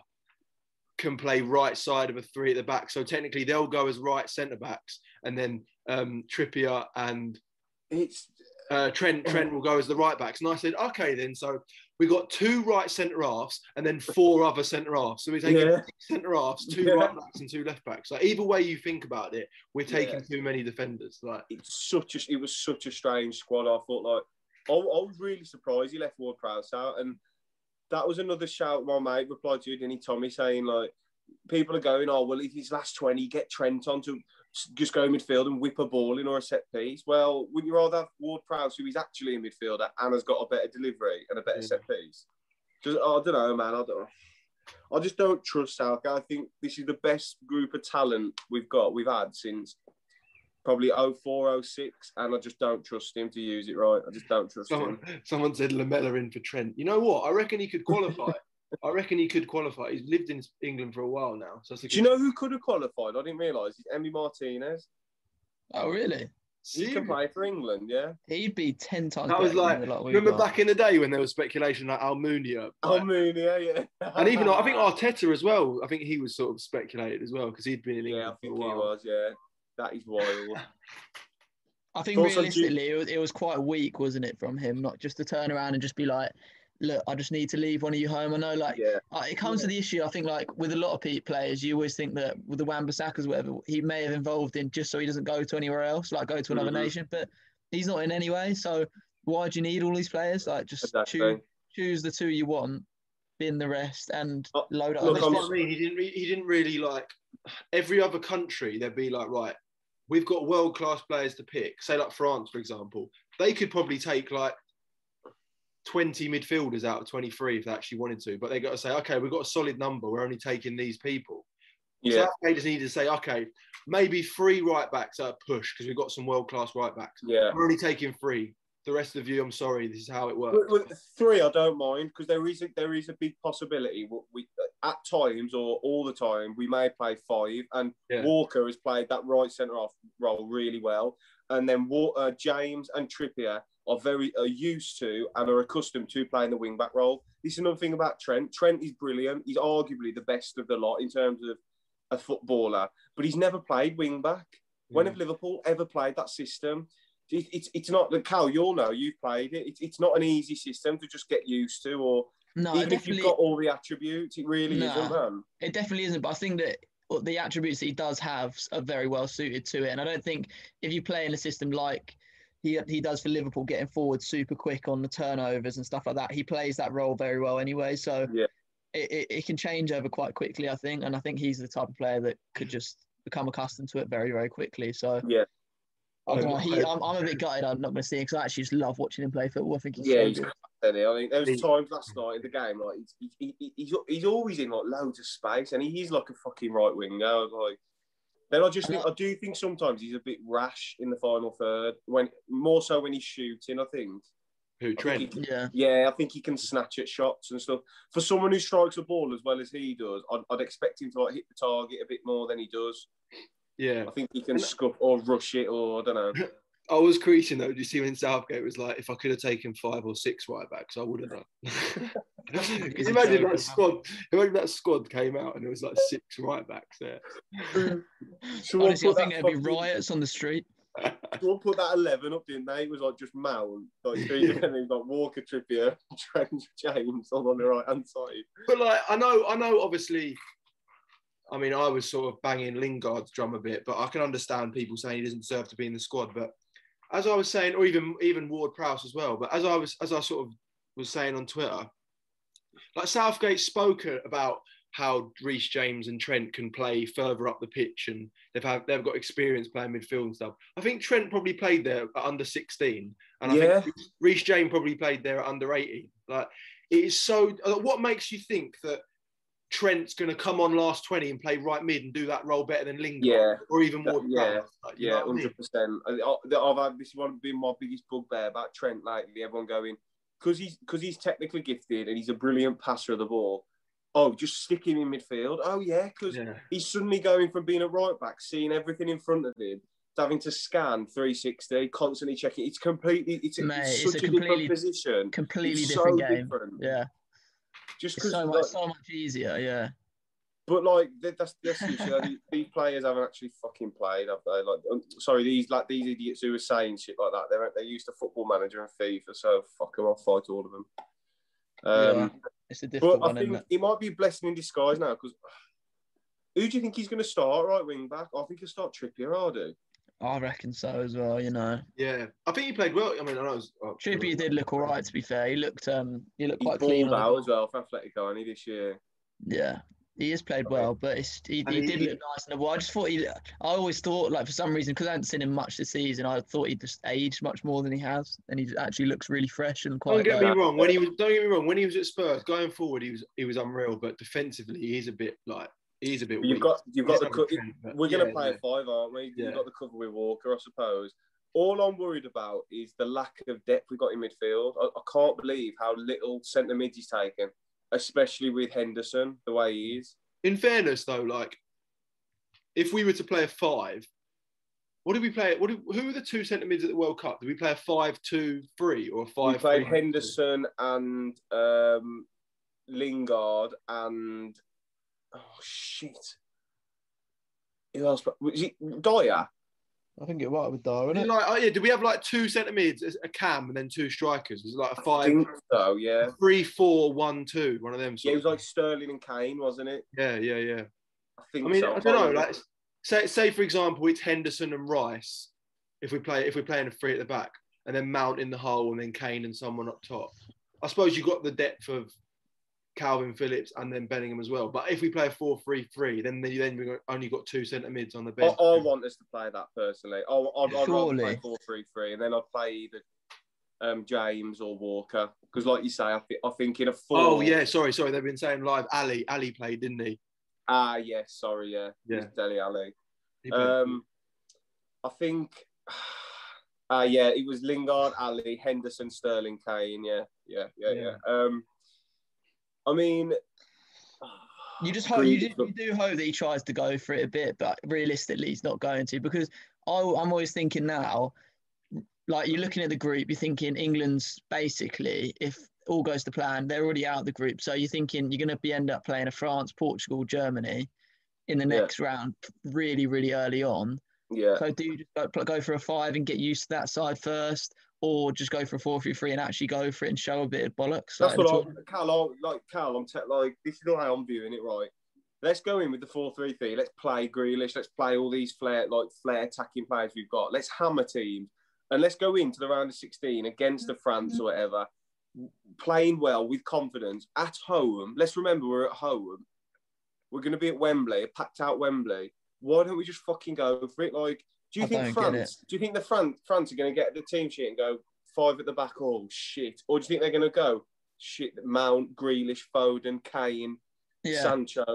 [SPEAKER 3] can play right side of a three at the back. So technically they'll go as right centre backs and then um, Trippier and
[SPEAKER 2] It's
[SPEAKER 3] uh,
[SPEAKER 2] <clears throat>
[SPEAKER 3] Trent Trent will go as the right backs. And I said, okay, then. So we got two right centre halves and then four other centre halves. So we're taking
[SPEAKER 2] Yeah.
[SPEAKER 3] six centre halves, two
[SPEAKER 2] Yeah.
[SPEAKER 3] right backs, and two left backs. Like either way you think about it, we're taking
[SPEAKER 2] Yeah.
[SPEAKER 3] too many defenders. Like
[SPEAKER 2] it's such a it was such a strange squad. I thought like I, I was really surprised he left Ward Prowse out, and that was another shout my mate replied to Denny Tommy saying like people are going oh well if his last twenty get Trent on to just go midfield and whip a ball in or a set piece. Well, wouldn't you rather have Ward Prowse, who is actually a midfielder and has got a better delivery and a better
[SPEAKER 3] Yeah.
[SPEAKER 2] set piece? Just, I don't know, man. I don't. I just don't trust Southgate. I think this is the best group of talent we've got, we've had since probably 04, 06, and I just don't trust him to use it right. I just don't trust
[SPEAKER 3] Someone,
[SPEAKER 2] him.
[SPEAKER 3] someone said Lamella in for Trent. You know what? I reckon he
[SPEAKER 2] <laughs>
[SPEAKER 3] could qualify. I reckon he could qualify. He's lived in England for a while now, so that's a
[SPEAKER 2] Do
[SPEAKER 3] good
[SPEAKER 2] you know who could have qualified? I didn't realise. It's Emmy Martinez.
[SPEAKER 4] Oh, really?
[SPEAKER 2] He can play for England, yeah.
[SPEAKER 4] He'd be ten times.
[SPEAKER 3] That was
[SPEAKER 4] better than
[SPEAKER 3] like-
[SPEAKER 4] the lot we've
[SPEAKER 3] Remember
[SPEAKER 4] got.
[SPEAKER 3] back in the day when there was speculation like Almunia,
[SPEAKER 2] I mean, yeah, yeah.
[SPEAKER 3] and even I think Arteta as well. I think he was sort of speculated as well because he'd been
[SPEAKER 2] <laughs>
[SPEAKER 3] in
[SPEAKER 2] Yeah, I
[SPEAKER 3] England
[SPEAKER 2] think
[SPEAKER 3] for
[SPEAKER 2] he
[SPEAKER 3] a while.
[SPEAKER 2] was. Yeah, that is
[SPEAKER 3] <laughs>
[SPEAKER 2] wild.
[SPEAKER 4] I think
[SPEAKER 2] Also, do-
[SPEAKER 4] realistically, it was, it was quite weak, wasn't it, from him? Not just to turn around and just be like, "Look, I just need to leave one of you home." I know, like,
[SPEAKER 2] yeah,
[SPEAKER 4] I- it comes to the issue. I think, like, with a lot of Pete players, you always think that with the Wan-Bissaka's, whatever, he may have involved in just so he doesn't go to anywhere else, like go to another
[SPEAKER 2] Mhm.
[SPEAKER 4] nation. But he's not in any way. So why do you need all these players? Like, just
[SPEAKER 2] exactly.
[SPEAKER 4] choose, choose the two you want, bin the rest, and
[SPEAKER 2] Oh,
[SPEAKER 4] load up.
[SPEAKER 2] look,
[SPEAKER 4] with
[SPEAKER 3] That's
[SPEAKER 2] I'm-
[SPEAKER 4] stuff.
[SPEAKER 3] what I mean. He didn't. Re- he didn't really like every other country. They'd be like, right, we've got world class players to pick. Say like France, for example, they could probably take like twenty midfielders out of twenty three if they actually wanted to. But they got to say, okay, we've got a solid number. We're only taking these people.
[SPEAKER 2] Yeah,
[SPEAKER 3] Southgate just needed to say, okay, maybe three right backs are a push because we've got some world class right backs.
[SPEAKER 2] yeah.
[SPEAKER 3] We're only taking three. The rest of you, I'm sorry, this is how it works.
[SPEAKER 2] With, with three, I don't mind because there is a, there is a big possibility. w- We at times or all the time we may play five, and
[SPEAKER 3] Yeah.
[SPEAKER 2] Walker has played that right centre off role really well, and then Wa- uh, James and Trippier are very are used to and are accustomed to playing the wing back role. This is another thing about Trent. Trent is brilliant. He's arguably the best of the lot in terms of a footballer, but he's never played wing back. When
[SPEAKER 3] Mm.
[SPEAKER 2] have Liverpool ever played that system? It, it's it's not like Cal. You'll know you've played it. It's it's not an easy system to just get used to, or
[SPEAKER 4] No,
[SPEAKER 2] even if
[SPEAKER 4] definitely.
[SPEAKER 2] you've got all the attributes, it really
[SPEAKER 4] Nah.
[SPEAKER 2] isn't, man.
[SPEAKER 4] It definitely isn't, but I think that well, the attributes that he does have are very well suited to it. And I don't think if you play in a system like he he does for Liverpool, getting forward super quick on the turnovers and stuff like that, he plays that role very well anyway. So
[SPEAKER 2] Yeah.
[SPEAKER 4] it, it, it can change over quite quickly, I think. And I think he's the type of player that could just become accustomed to it very, very quickly. So
[SPEAKER 2] Yeah.
[SPEAKER 4] I don't know,
[SPEAKER 3] I-
[SPEAKER 4] he, I'm, I'm a bit gutted. I'm not going to see him because I actually just love watching him play football. I think he's
[SPEAKER 2] Yeah,
[SPEAKER 4] so
[SPEAKER 2] he's
[SPEAKER 4] good.
[SPEAKER 2] Anyway, I think there was
[SPEAKER 3] He-
[SPEAKER 2] times last night in the game, like he's, he, he, he's he's always in like loads of space, and he is like a fucking right winger. I was Like then I just think, I do think sometimes he's a bit rash in the final third when more so when he's shooting. I think I
[SPEAKER 3] Who
[SPEAKER 2] think <laughs>
[SPEAKER 3] Trent?
[SPEAKER 2] he-
[SPEAKER 4] Yeah.
[SPEAKER 2] Yeah, I think he can snatch at shots and stuff. For someone who strikes a ball as well as he does, I'd, I'd expect him to like hit the target a bit more than he does.
[SPEAKER 3] Yeah.
[SPEAKER 2] I think he can scuff or rush it or I don't know.
[SPEAKER 3] I was creasing though. Do you see when Southgate was like, if I could have taken five or six right backs, I would have done. <laughs> Because imagine that squad. Imagine that squad came out and it was like six right backs there.
[SPEAKER 2] Someone
[SPEAKER 4] Honestly, I
[SPEAKER 2] put
[SPEAKER 4] think
[SPEAKER 2] that
[SPEAKER 4] there'd be
[SPEAKER 2] fucking-
[SPEAKER 4] riots on the street.
[SPEAKER 2] Someone put that eleven up, didn't they? It was like just Mount, like three
[SPEAKER 3] Yeah.
[SPEAKER 2] and he's like Walker, Trippier, <laughs> Trent, James, all on the right hand side.
[SPEAKER 3] But like, I know, I know. Obviously, I mean, I was sort of banging Lingard's drum a bit, but I can understand people saying he doesn't deserve to be in the squad. But as I was saying, or even even Ward Prowse as well. But as I was, as I sort of was saying on Twitter, like Southgate spoke about how Reece James and Trent can play further up the pitch, and they've had, they've got experience playing midfield and stuff. I think Trent probably played there at under sixteen, and I think
[SPEAKER 2] yeah,
[SPEAKER 3] Reece James probably played there at under 18. Like, it is so. uh, What makes you think that Trent's going to come on last 20 and play right mid and do that role better than Lingard
[SPEAKER 2] yeah.
[SPEAKER 3] or even
[SPEAKER 2] That-
[SPEAKER 3] Ward?
[SPEAKER 2] yeah,
[SPEAKER 3] Like, you know
[SPEAKER 2] Yeah,
[SPEAKER 3] what I mean?
[SPEAKER 2] hundred percent. I've had this one been my biggest bugbear about Trent lately. Everyone going because he's because he's technically gifted and he's a brilliant passer of the ball. Oh, just stick him in midfield. Oh yeah, because
[SPEAKER 3] Yeah.
[SPEAKER 2] he's suddenly going from being a right back, seeing everything in front of him, to having to scan three sixty, constantly checking. It's completely. It's, a-
[SPEAKER 4] Mate,
[SPEAKER 2] it's
[SPEAKER 4] it's
[SPEAKER 2] such
[SPEAKER 4] a
[SPEAKER 2] a,
[SPEAKER 4] completely-
[SPEAKER 2] different position.
[SPEAKER 4] Completely
[SPEAKER 2] it's
[SPEAKER 4] different
[SPEAKER 2] so
[SPEAKER 4] game.
[SPEAKER 2] different.
[SPEAKER 4] Yeah.
[SPEAKER 2] Just
[SPEAKER 4] It's
[SPEAKER 2] because.
[SPEAKER 4] so much, so much easier. Yeah.
[SPEAKER 2] But like th- that's that's the issue. These- these players haven't actually fucking played, have they? Like, um, sorry, these like these idiots who are saying shit like that. They're they're used to Football Manager and FIFA, so fuck them. I'll fight all of them. Um,
[SPEAKER 4] It's a difficult
[SPEAKER 2] but I
[SPEAKER 4] one, isn't
[SPEAKER 2] think
[SPEAKER 4] it?
[SPEAKER 2] it might be a blessing in disguise now because who do you think he's going to start right wing back? I think he'll start Trippier. I do.
[SPEAKER 4] I reckon so as well. You know,
[SPEAKER 3] Yeah. I think he played well. I mean, I know it was. oh,
[SPEAKER 4] Trippier did look all right. To be fair, he looked um, he looked
[SPEAKER 2] He's
[SPEAKER 4] quite clean.
[SPEAKER 2] balled
[SPEAKER 4] on the
[SPEAKER 2] out
[SPEAKER 4] ball.
[SPEAKER 2] as well for Atletico, ain't he, this year?
[SPEAKER 4] Yeah, He has played well, but it's, he,
[SPEAKER 3] And
[SPEAKER 4] he
[SPEAKER 3] he-
[SPEAKER 4] did
[SPEAKER 3] he-
[SPEAKER 4] look nice in the ball. I just thought he. I always thought, like for some reason, because I hadn't seen him much this season, I thought he just aged much more than he has, and he actually looks really fresh and
[SPEAKER 3] Don't
[SPEAKER 4] quite.
[SPEAKER 3] get me
[SPEAKER 4] uh,
[SPEAKER 3] wrong. When he was, don't get me wrong. When he was at Spurs, going forward, he was he was unreal. But defensively, he is a bit like he is a bit.
[SPEAKER 2] You've
[SPEAKER 3] weak.
[SPEAKER 2] got you've got
[SPEAKER 3] He's
[SPEAKER 2] the
[SPEAKER 3] number
[SPEAKER 2] cut.
[SPEAKER 3] 10, but
[SPEAKER 2] We're going to
[SPEAKER 3] yeah,
[SPEAKER 2] play
[SPEAKER 3] yeah.
[SPEAKER 2] a five, aren't we?
[SPEAKER 3] Yeah.
[SPEAKER 2] You've got the cover with Walker, I suppose. All I'm worried about is the lack of depth we've got in midfield. I, I can't believe how little centre mid he's taken, especially with Henderson the way he is.
[SPEAKER 3] In fairness, though, like if we were to play a five, what did we play? What did, who were the two centre mids at the World Cup? Did we play a five-two-three or a
[SPEAKER 2] We
[SPEAKER 3] five?
[SPEAKER 2] played
[SPEAKER 3] three-
[SPEAKER 2] Henderson and um, Lingard and oh shit, who else? Was it Dyer?
[SPEAKER 4] I think it right with Darwin.
[SPEAKER 3] Was it Like, oh yeah, did we have like two centre mids, a cam, and then two strikers? Was it like a
[SPEAKER 2] I
[SPEAKER 3] five,
[SPEAKER 2] think so. Yeah,
[SPEAKER 3] three, four, one, two, one of them?
[SPEAKER 2] yeah. It
[SPEAKER 3] sort
[SPEAKER 2] was
[SPEAKER 3] of-
[SPEAKER 2] like Sterling and Kane, wasn't it?
[SPEAKER 3] yeah, yeah, yeah.
[SPEAKER 2] I think.
[SPEAKER 3] I mean,
[SPEAKER 2] so.
[SPEAKER 3] I don't know. Like, say, say for example, it's Henderson and Rice. If we play, if we're playing a three at the back, and then Mount in the hole, and then Kane and someone up top. I suppose you have got the depth of Calvin Phillips and then Bellingham as well. But if we play a four-three-three, then then then we only got two centre mids on the
[SPEAKER 2] I,
[SPEAKER 3] bench.
[SPEAKER 2] I want us to play that personally. I, I'd, I'd rather
[SPEAKER 4] Surely.
[SPEAKER 2] play four three three, and then I'd play either um, James or Walker. Because, like you say, I, thi- I think in a four.
[SPEAKER 3] oh yeah, sorry, sorry. They've been saying live. Ali, Ali played, didn't he?
[SPEAKER 2] Ah, yes. sorry. Yeah.
[SPEAKER 3] Yeah.
[SPEAKER 2] It's Deli Ali.
[SPEAKER 3] He played.
[SPEAKER 2] Um, I think. <sighs> Ah, yeah. It was Lingard, Ali, Henderson, Sterling, Kane. Yeah. Yeah. Yeah. Yeah. Um, I mean. <sighs>
[SPEAKER 4] You just hope you
[SPEAKER 2] Grealish
[SPEAKER 4] do, you
[SPEAKER 2] looked-
[SPEAKER 4] do hope that he tries to go for it a bit, but realistically, he's not going to because I, I'm always thinking now, like you're looking at the group, you're thinking England's basically if all goes to plan, they're already out of the group, so you're thinking you're going to be end up playing a France, Portugal, Germany in the
[SPEAKER 2] Yeah.
[SPEAKER 4] next round really, really early on.
[SPEAKER 2] Yeah.
[SPEAKER 4] So do you just go, pl- go for a five and get used to that side first, or just go for a four three three and actually go for it and show a bit of bollocks?
[SPEAKER 2] That's
[SPEAKER 4] Like,
[SPEAKER 2] what I, Cal, I, like Cal, I'm te- like this is not how I'm viewing it, right? Let's go in with the four-three-three. Let's play Grealish. Let's play all these flair, like flair attacking players we've got. Let's hammer teams and let's go into the round of 16 against the France or whatever, playing well with confidence at home. Let's remember we're at home. We're going to be at Wembley, a packed out Wembley. Why don't we just fucking go for it? Like, do you
[SPEAKER 4] I
[SPEAKER 2] think
[SPEAKER 4] don't get
[SPEAKER 2] France? Do you think the France France are going to get the team sheet and go five at the back? Oh shit! Or do you think they're going to go shit? Mount, Grealish, Foden, Kane,
[SPEAKER 4] yeah.
[SPEAKER 2] Sancho.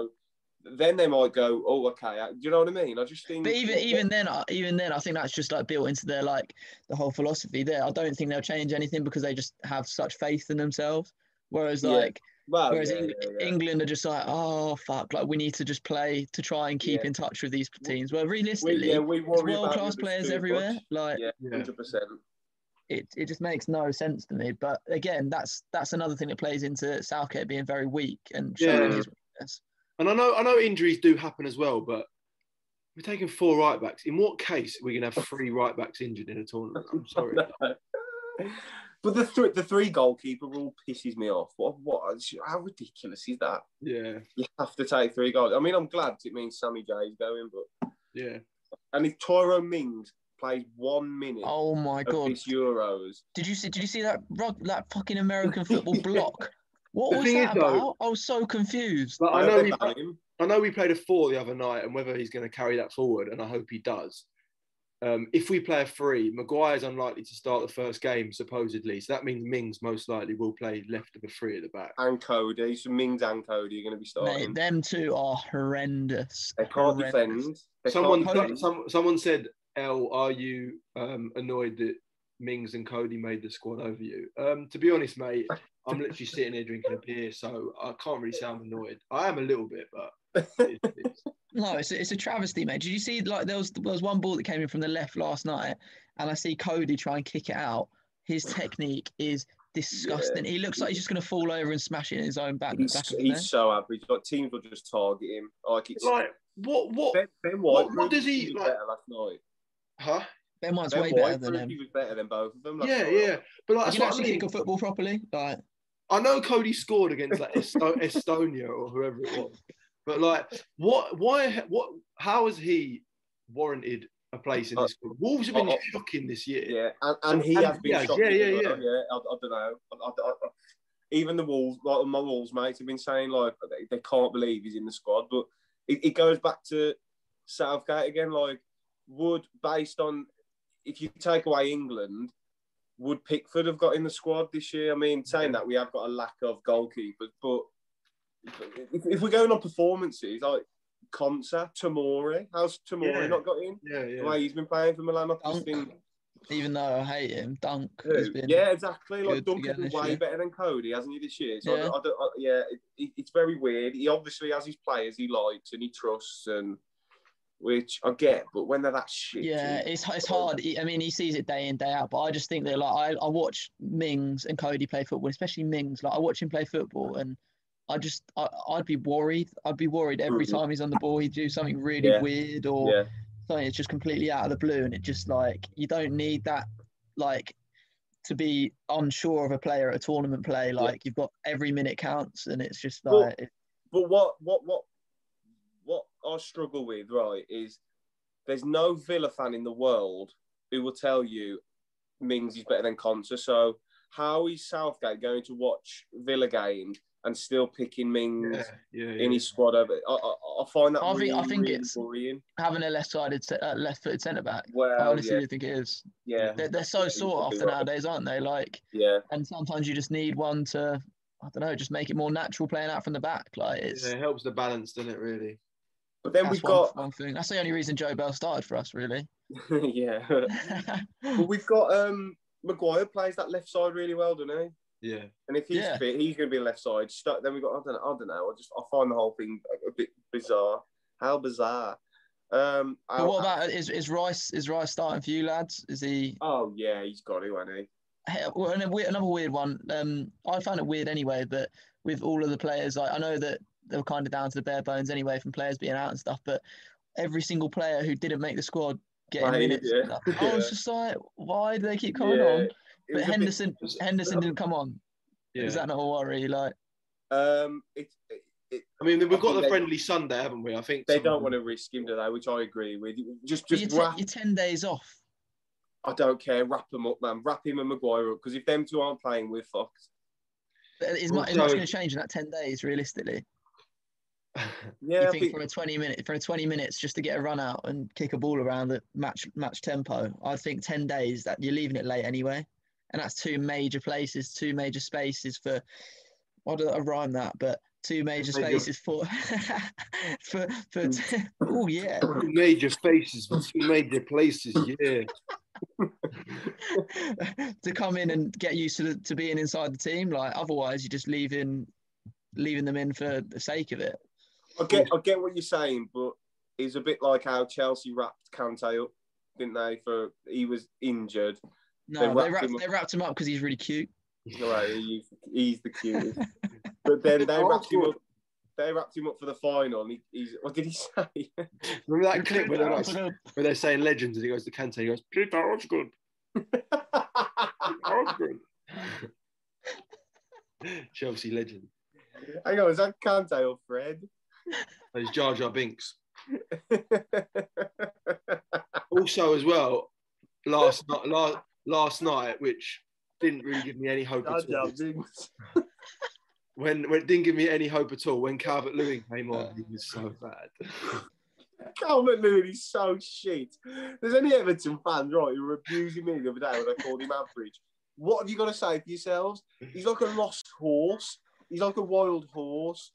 [SPEAKER 2] Then they might go, oh okay. I- You know what I mean? I just think.
[SPEAKER 4] But even even then, I- even then, I think that's just like built into their like the whole philosophy there. I don't think they'll change anything because they just have such faith in themselves. Whereas
[SPEAKER 2] Yeah.
[SPEAKER 4] like
[SPEAKER 2] well,
[SPEAKER 4] whereas
[SPEAKER 2] yeah,
[SPEAKER 4] Eng-
[SPEAKER 2] yeah, yeah.
[SPEAKER 4] England are just like oh fuck like we need to just play to try and keep
[SPEAKER 2] Yeah.
[SPEAKER 4] in touch with these teams. Well,
[SPEAKER 2] we,
[SPEAKER 4] realistically,
[SPEAKER 2] yeah, we
[SPEAKER 4] there's
[SPEAKER 2] worry
[SPEAKER 4] world
[SPEAKER 2] about
[SPEAKER 4] class
[SPEAKER 2] others
[SPEAKER 4] players
[SPEAKER 2] too
[SPEAKER 4] everywhere.
[SPEAKER 2] much.
[SPEAKER 4] Like
[SPEAKER 2] Yeah,
[SPEAKER 3] Yeah.
[SPEAKER 2] hundred percent.
[SPEAKER 4] it, it just makes no sense to me. But again, that's that's another thing that plays into Southgate being very weak and showing
[SPEAKER 3] Yeah.
[SPEAKER 4] his weakness.
[SPEAKER 3] And I know I know injuries do happen as well, but we're taking four right backs. In what case are we gonna have three right backs injured in a tournament? I'm sorry.
[SPEAKER 2] But the three the three goalkeeper rule pisses me off. What what? How ridiculous is that?
[SPEAKER 3] yeah,
[SPEAKER 2] You have to take three goals. I mean, I'm glad it means Sammy Jay's going, but
[SPEAKER 3] yeah.
[SPEAKER 2] and if Tyrone Mings plays one minute
[SPEAKER 4] Oh my
[SPEAKER 2] of
[SPEAKER 4] god!
[SPEAKER 2] this Euros,
[SPEAKER 4] Did you see? Did you see that rug, that fucking American
[SPEAKER 3] <laughs>
[SPEAKER 4] football block? What
[SPEAKER 3] The
[SPEAKER 4] was
[SPEAKER 3] thing
[SPEAKER 4] that
[SPEAKER 3] is, though-
[SPEAKER 4] about? I was so confused.
[SPEAKER 3] But I know
[SPEAKER 2] they've
[SPEAKER 3] we
[SPEAKER 2] done him.
[SPEAKER 3] I know we played a four the other night, and whether he's going to carry that forward, and I hope he does. Um, if we play a three, Maguire's unlikely to start the first game supposedly, so that means Mings most likely will play left of a three at the back.
[SPEAKER 2] and Cody. So Mings and Cody are going to be starting.
[SPEAKER 4] Mate, them two are horrendous.
[SPEAKER 2] they can't
[SPEAKER 4] horrendous.
[SPEAKER 2] defend. They
[SPEAKER 3] Someone,
[SPEAKER 2] can't defend.
[SPEAKER 3] some, someone said, "L, are you um, annoyed that Mings and Cody made the squad over you?" Um, to be honest, mate,
[SPEAKER 2] <laughs>
[SPEAKER 3] I'm literally sitting here drinking a beer, so I can't really sound annoyed. I am a little bit,
[SPEAKER 2] <laughs>
[SPEAKER 3] but it's, it's,
[SPEAKER 4] No, it's a, it's a travesty, mate. Did you see? Like there was there was one ball that came in from the left last night, and I see Cody try and kick it out.
[SPEAKER 2] <sighs>
[SPEAKER 4] His technique is disgusting. He looks like he's just gonna fall over and smash it in his own back. back
[SPEAKER 2] He's,
[SPEAKER 4] of the net.
[SPEAKER 2] he's so average. Like teams will just target him. Like it's
[SPEAKER 3] like what, what,
[SPEAKER 2] Ben, ben White.
[SPEAKER 3] what
[SPEAKER 2] proved
[SPEAKER 3] does he,
[SPEAKER 2] was
[SPEAKER 3] like-
[SPEAKER 2] better last night?
[SPEAKER 3] huh?
[SPEAKER 4] Ben White's
[SPEAKER 2] Ben
[SPEAKER 4] way
[SPEAKER 2] White
[SPEAKER 4] better than
[SPEAKER 2] proved
[SPEAKER 4] him.
[SPEAKER 2] He was better than both of them. last
[SPEAKER 3] Yeah,
[SPEAKER 2] night.
[SPEAKER 3] yeah. But like, that's
[SPEAKER 4] He can
[SPEAKER 3] what I
[SPEAKER 4] actually
[SPEAKER 3] mean.
[SPEAKER 4] kick a football properly. Like
[SPEAKER 3] I know Cody scored against like <laughs> Esto- Estonia or whoever it was, but like, what? Why? What? How has he warranted a place in this? Group? Wolves have been
[SPEAKER 2] Uh, uh,
[SPEAKER 3] shocking this year.
[SPEAKER 2] Yeah, and, and he
[SPEAKER 3] And
[SPEAKER 2] has been
[SPEAKER 3] Diaz,
[SPEAKER 2] shot.
[SPEAKER 3] yeah, yeah,
[SPEAKER 2] as well,
[SPEAKER 3] yeah.
[SPEAKER 2] yeah. I, I don't know. I, I, I, even the Wolves, like my Wolves mates, have been saying like they, they can't believe he's in the squad. But it, it goes back to Southgate again. Like, would based on if you take away England, would Pickford have got in the squad this year? I mean, saying that we have got a lack of goalkeepers, but if, if we're going on performances like Consa, Tamori, how's Tamori
[SPEAKER 3] Yeah.
[SPEAKER 2] not got in?
[SPEAKER 3] Yeah,
[SPEAKER 2] The
[SPEAKER 3] yeah.
[SPEAKER 2] way he's been playing for Milan, I just
[SPEAKER 4] Dunk.
[SPEAKER 2] think.
[SPEAKER 4] Even though I hate him, Dunk has been.
[SPEAKER 2] yeah, exactly. Like
[SPEAKER 4] good again
[SPEAKER 2] Duncan's been
[SPEAKER 4] this
[SPEAKER 2] way
[SPEAKER 4] year.
[SPEAKER 2] better than Cody, hasn't he, this year? So I
[SPEAKER 4] Yeah.
[SPEAKER 2] don't, I don't, I, yeah it, it, it's very weird. He obviously has his players he likes and he trusts, and which I get, but when they're that shit,
[SPEAKER 4] Yeah,
[SPEAKER 2] it-
[SPEAKER 4] it's it's hard. He- I mean, he sees it day in day out, but I just think that like I, I watch Mings and Cody play football, especially Mings. Like I watch him play football, and I just I, I'd be worried. I'd be worried every
[SPEAKER 2] Mhm.
[SPEAKER 4] time he's on the ball. He'd do something really
[SPEAKER 2] Yeah.
[SPEAKER 4] weird or
[SPEAKER 2] yeah,
[SPEAKER 4] something that's just completely out of the blue, and it just like you don't need that like to be unsure of a player at a tournament play. Like you've got every minute counts, and it's just
[SPEAKER 2] Well,
[SPEAKER 4] like
[SPEAKER 2] But what what what what I struggle with, right, is there's no Villa fan in the world who will tell you Mings is better than Conta. So how is Southgate going to watch Villa games and still picking Mings
[SPEAKER 3] Yeah, yeah,
[SPEAKER 2] in
[SPEAKER 3] yeah.
[SPEAKER 2] his squad over? I, I, I find that
[SPEAKER 4] I
[SPEAKER 2] really,
[SPEAKER 4] think- I think
[SPEAKER 2] really
[SPEAKER 4] it's-
[SPEAKER 2] worrying.
[SPEAKER 4] having a left-sided se- uh, left-footed centre back. I
[SPEAKER 2] Well,
[SPEAKER 4] honestly
[SPEAKER 2] Oh, yeah,
[SPEAKER 4] do think it is.
[SPEAKER 2] yeah,
[SPEAKER 4] They're, they're so
[SPEAKER 2] Yeah,
[SPEAKER 4] sought
[SPEAKER 2] you're
[SPEAKER 4] after
[SPEAKER 2] right.
[SPEAKER 4] nowadays, aren't they? Like,
[SPEAKER 2] yeah,
[SPEAKER 4] and sometimes you just need one to, I don't know, just make it more natural playing out from the back. Like, it's
[SPEAKER 3] Yeah, it helps the balance, doesn't it? Really.
[SPEAKER 2] But then
[SPEAKER 4] that's
[SPEAKER 2] we've
[SPEAKER 4] one,
[SPEAKER 2] got,
[SPEAKER 4] one thing. That's the only reason Joe Bell started for us, really.
[SPEAKER 2] <laughs>
[SPEAKER 4] <laughs>
[SPEAKER 2] yeah, but we've got um Maguire plays that left side really well, doesn't he?
[SPEAKER 3] Yeah.
[SPEAKER 2] And if he's
[SPEAKER 4] Yeah.
[SPEAKER 2] fit, he's going to be left side. Stuck. Then we got. I don't. know- I don't know. I just. I find the whole thing a, a bit bizarre. How bizarre. Um.
[SPEAKER 4] but
[SPEAKER 2] how-
[SPEAKER 4] what about is, is Rice? Is Rice starting for you, lads? Is he?
[SPEAKER 2] Oh yeah, he's got it, hasn't he?
[SPEAKER 4] Hey, well, and a weird, another weird one. Um, I found it weird anyway, but with all of the players, like, I know that they were kind of down to the bare bones anyway from players being out and stuff, but every single player who didn't make the squad getting
[SPEAKER 2] Right,
[SPEAKER 4] minutes.
[SPEAKER 2] yeah. <laughs>
[SPEAKER 4] I was
[SPEAKER 2] Yeah.
[SPEAKER 4] just like, why do they keep coming on?
[SPEAKER 2] It
[SPEAKER 4] But
[SPEAKER 2] was a bit- uh,
[SPEAKER 4] Henderson,
[SPEAKER 3] was-
[SPEAKER 4] Henderson didn't come on.
[SPEAKER 3] Yeah.
[SPEAKER 4] Is that not a worry? Like,
[SPEAKER 2] um. It, it,
[SPEAKER 3] I mean, we've
[SPEAKER 2] I
[SPEAKER 3] got
[SPEAKER 2] think
[SPEAKER 3] the
[SPEAKER 2] they-
[SPEAKER 3] friendly Sunday, haven't we? I think
[SPEAKER 2] they don't want
[SPEAKER 3] <laughs>
[SPEAKER 2] to risk him, do they? Which I agree with. Just,
[SPEAKER 4] but you're,
[SPEAKER 2] just
[SPEAKER 4] te-
[SPEAKER 2] wrap.
[SPEAKER 4] you're ten days off.
[SPEAKER 2] I don't care. Wrap them up, man. Wrap him and Maguire up. Because if them two aren't playing, we're fucked.
[SPEAKER 4] Is
[SPEAKER 3] Well,
[SPEAKER 4] much, is much
[SPEAKER 3] so-
[SPEAKER 4] going to change in that ten days, realistically?
[SPEAKER 3] to.
[SPEAKER 2] Yeah.
[SPEAKER 4] you
[SPEAKER 2] I
[SPEAKER 4] think,
[SPEAKER 2] think-
[SPEAKER 4] for a twenty minute, for a twenty minutes, just to get a run out and kick a ball around at match match tempo? I think ten days that you're leaving it late anyway, and that's two major places, two major spaces for. Why did I rhyme that? But two major
[SPEAKER 3] Major-
[SPEAKER 4] spaces for <laughs> for for.
[SPEAKER 2] Mm.
[SPEAKER 4] <laughs> oh yeah.
[SPEAKER 3] Two major faces for two major places.
[SPEAKER 2] <laughs>
[SPEAKER 3] Yeah.
[SPEAKER 4] <laughs> to come in and get used to the, to being inside the team. Like otherwise, you're just leaving leaving them in for the sake of it.
[SPEAKER 2] I get. I get what you're saying, but it's a bit like how Chelsea wrapped Kante up, didn't they? For he was injured. They
[SPEAKER 4] No, they
[SPEAKER 2] wrapped
[SPEAKER 4] wrapped,
[SPEAKER 2] him up.
[SPEAKER 4] they wrapped him up because he's really cute.
[SPEAKER 2] Right, he's, he's the <laughs> cutest. but then they wrapped him up. They wrapped him up for the final, and he, he's what did he <laughs> say?
[SPEAKER 3] Remember that clip where they're, like,
[SPEAKER 4] Put up-
[SPEAKER 3] where they're saying legends and he goes to Kante, he goes, Peter Osgood, Osgood. <laughs> Chelsea legend.
[SPEAKER 2] Hang on, is that Kante or Fred? <laughs>
[SPEAKER 3] Those Jar Jar Binks. Also, as well, last night, last, last night, which didn't really give me any hope
[SPEAKER 2] Jar
[SPEAKER 3] at all.
[SPEAKER 2] Jar Binks.
[SPEAKER 3] When, when it didn't give me any hope at all. When Calvert Lewin came on, he was so bad.
[SPEAKER 2] Calvert Lewin is so shit. There's any Everton fans, right, who were abusing me the other day when I called him average. What have you got to say for yourselves? He's like a lost horse. He's like a wild horse.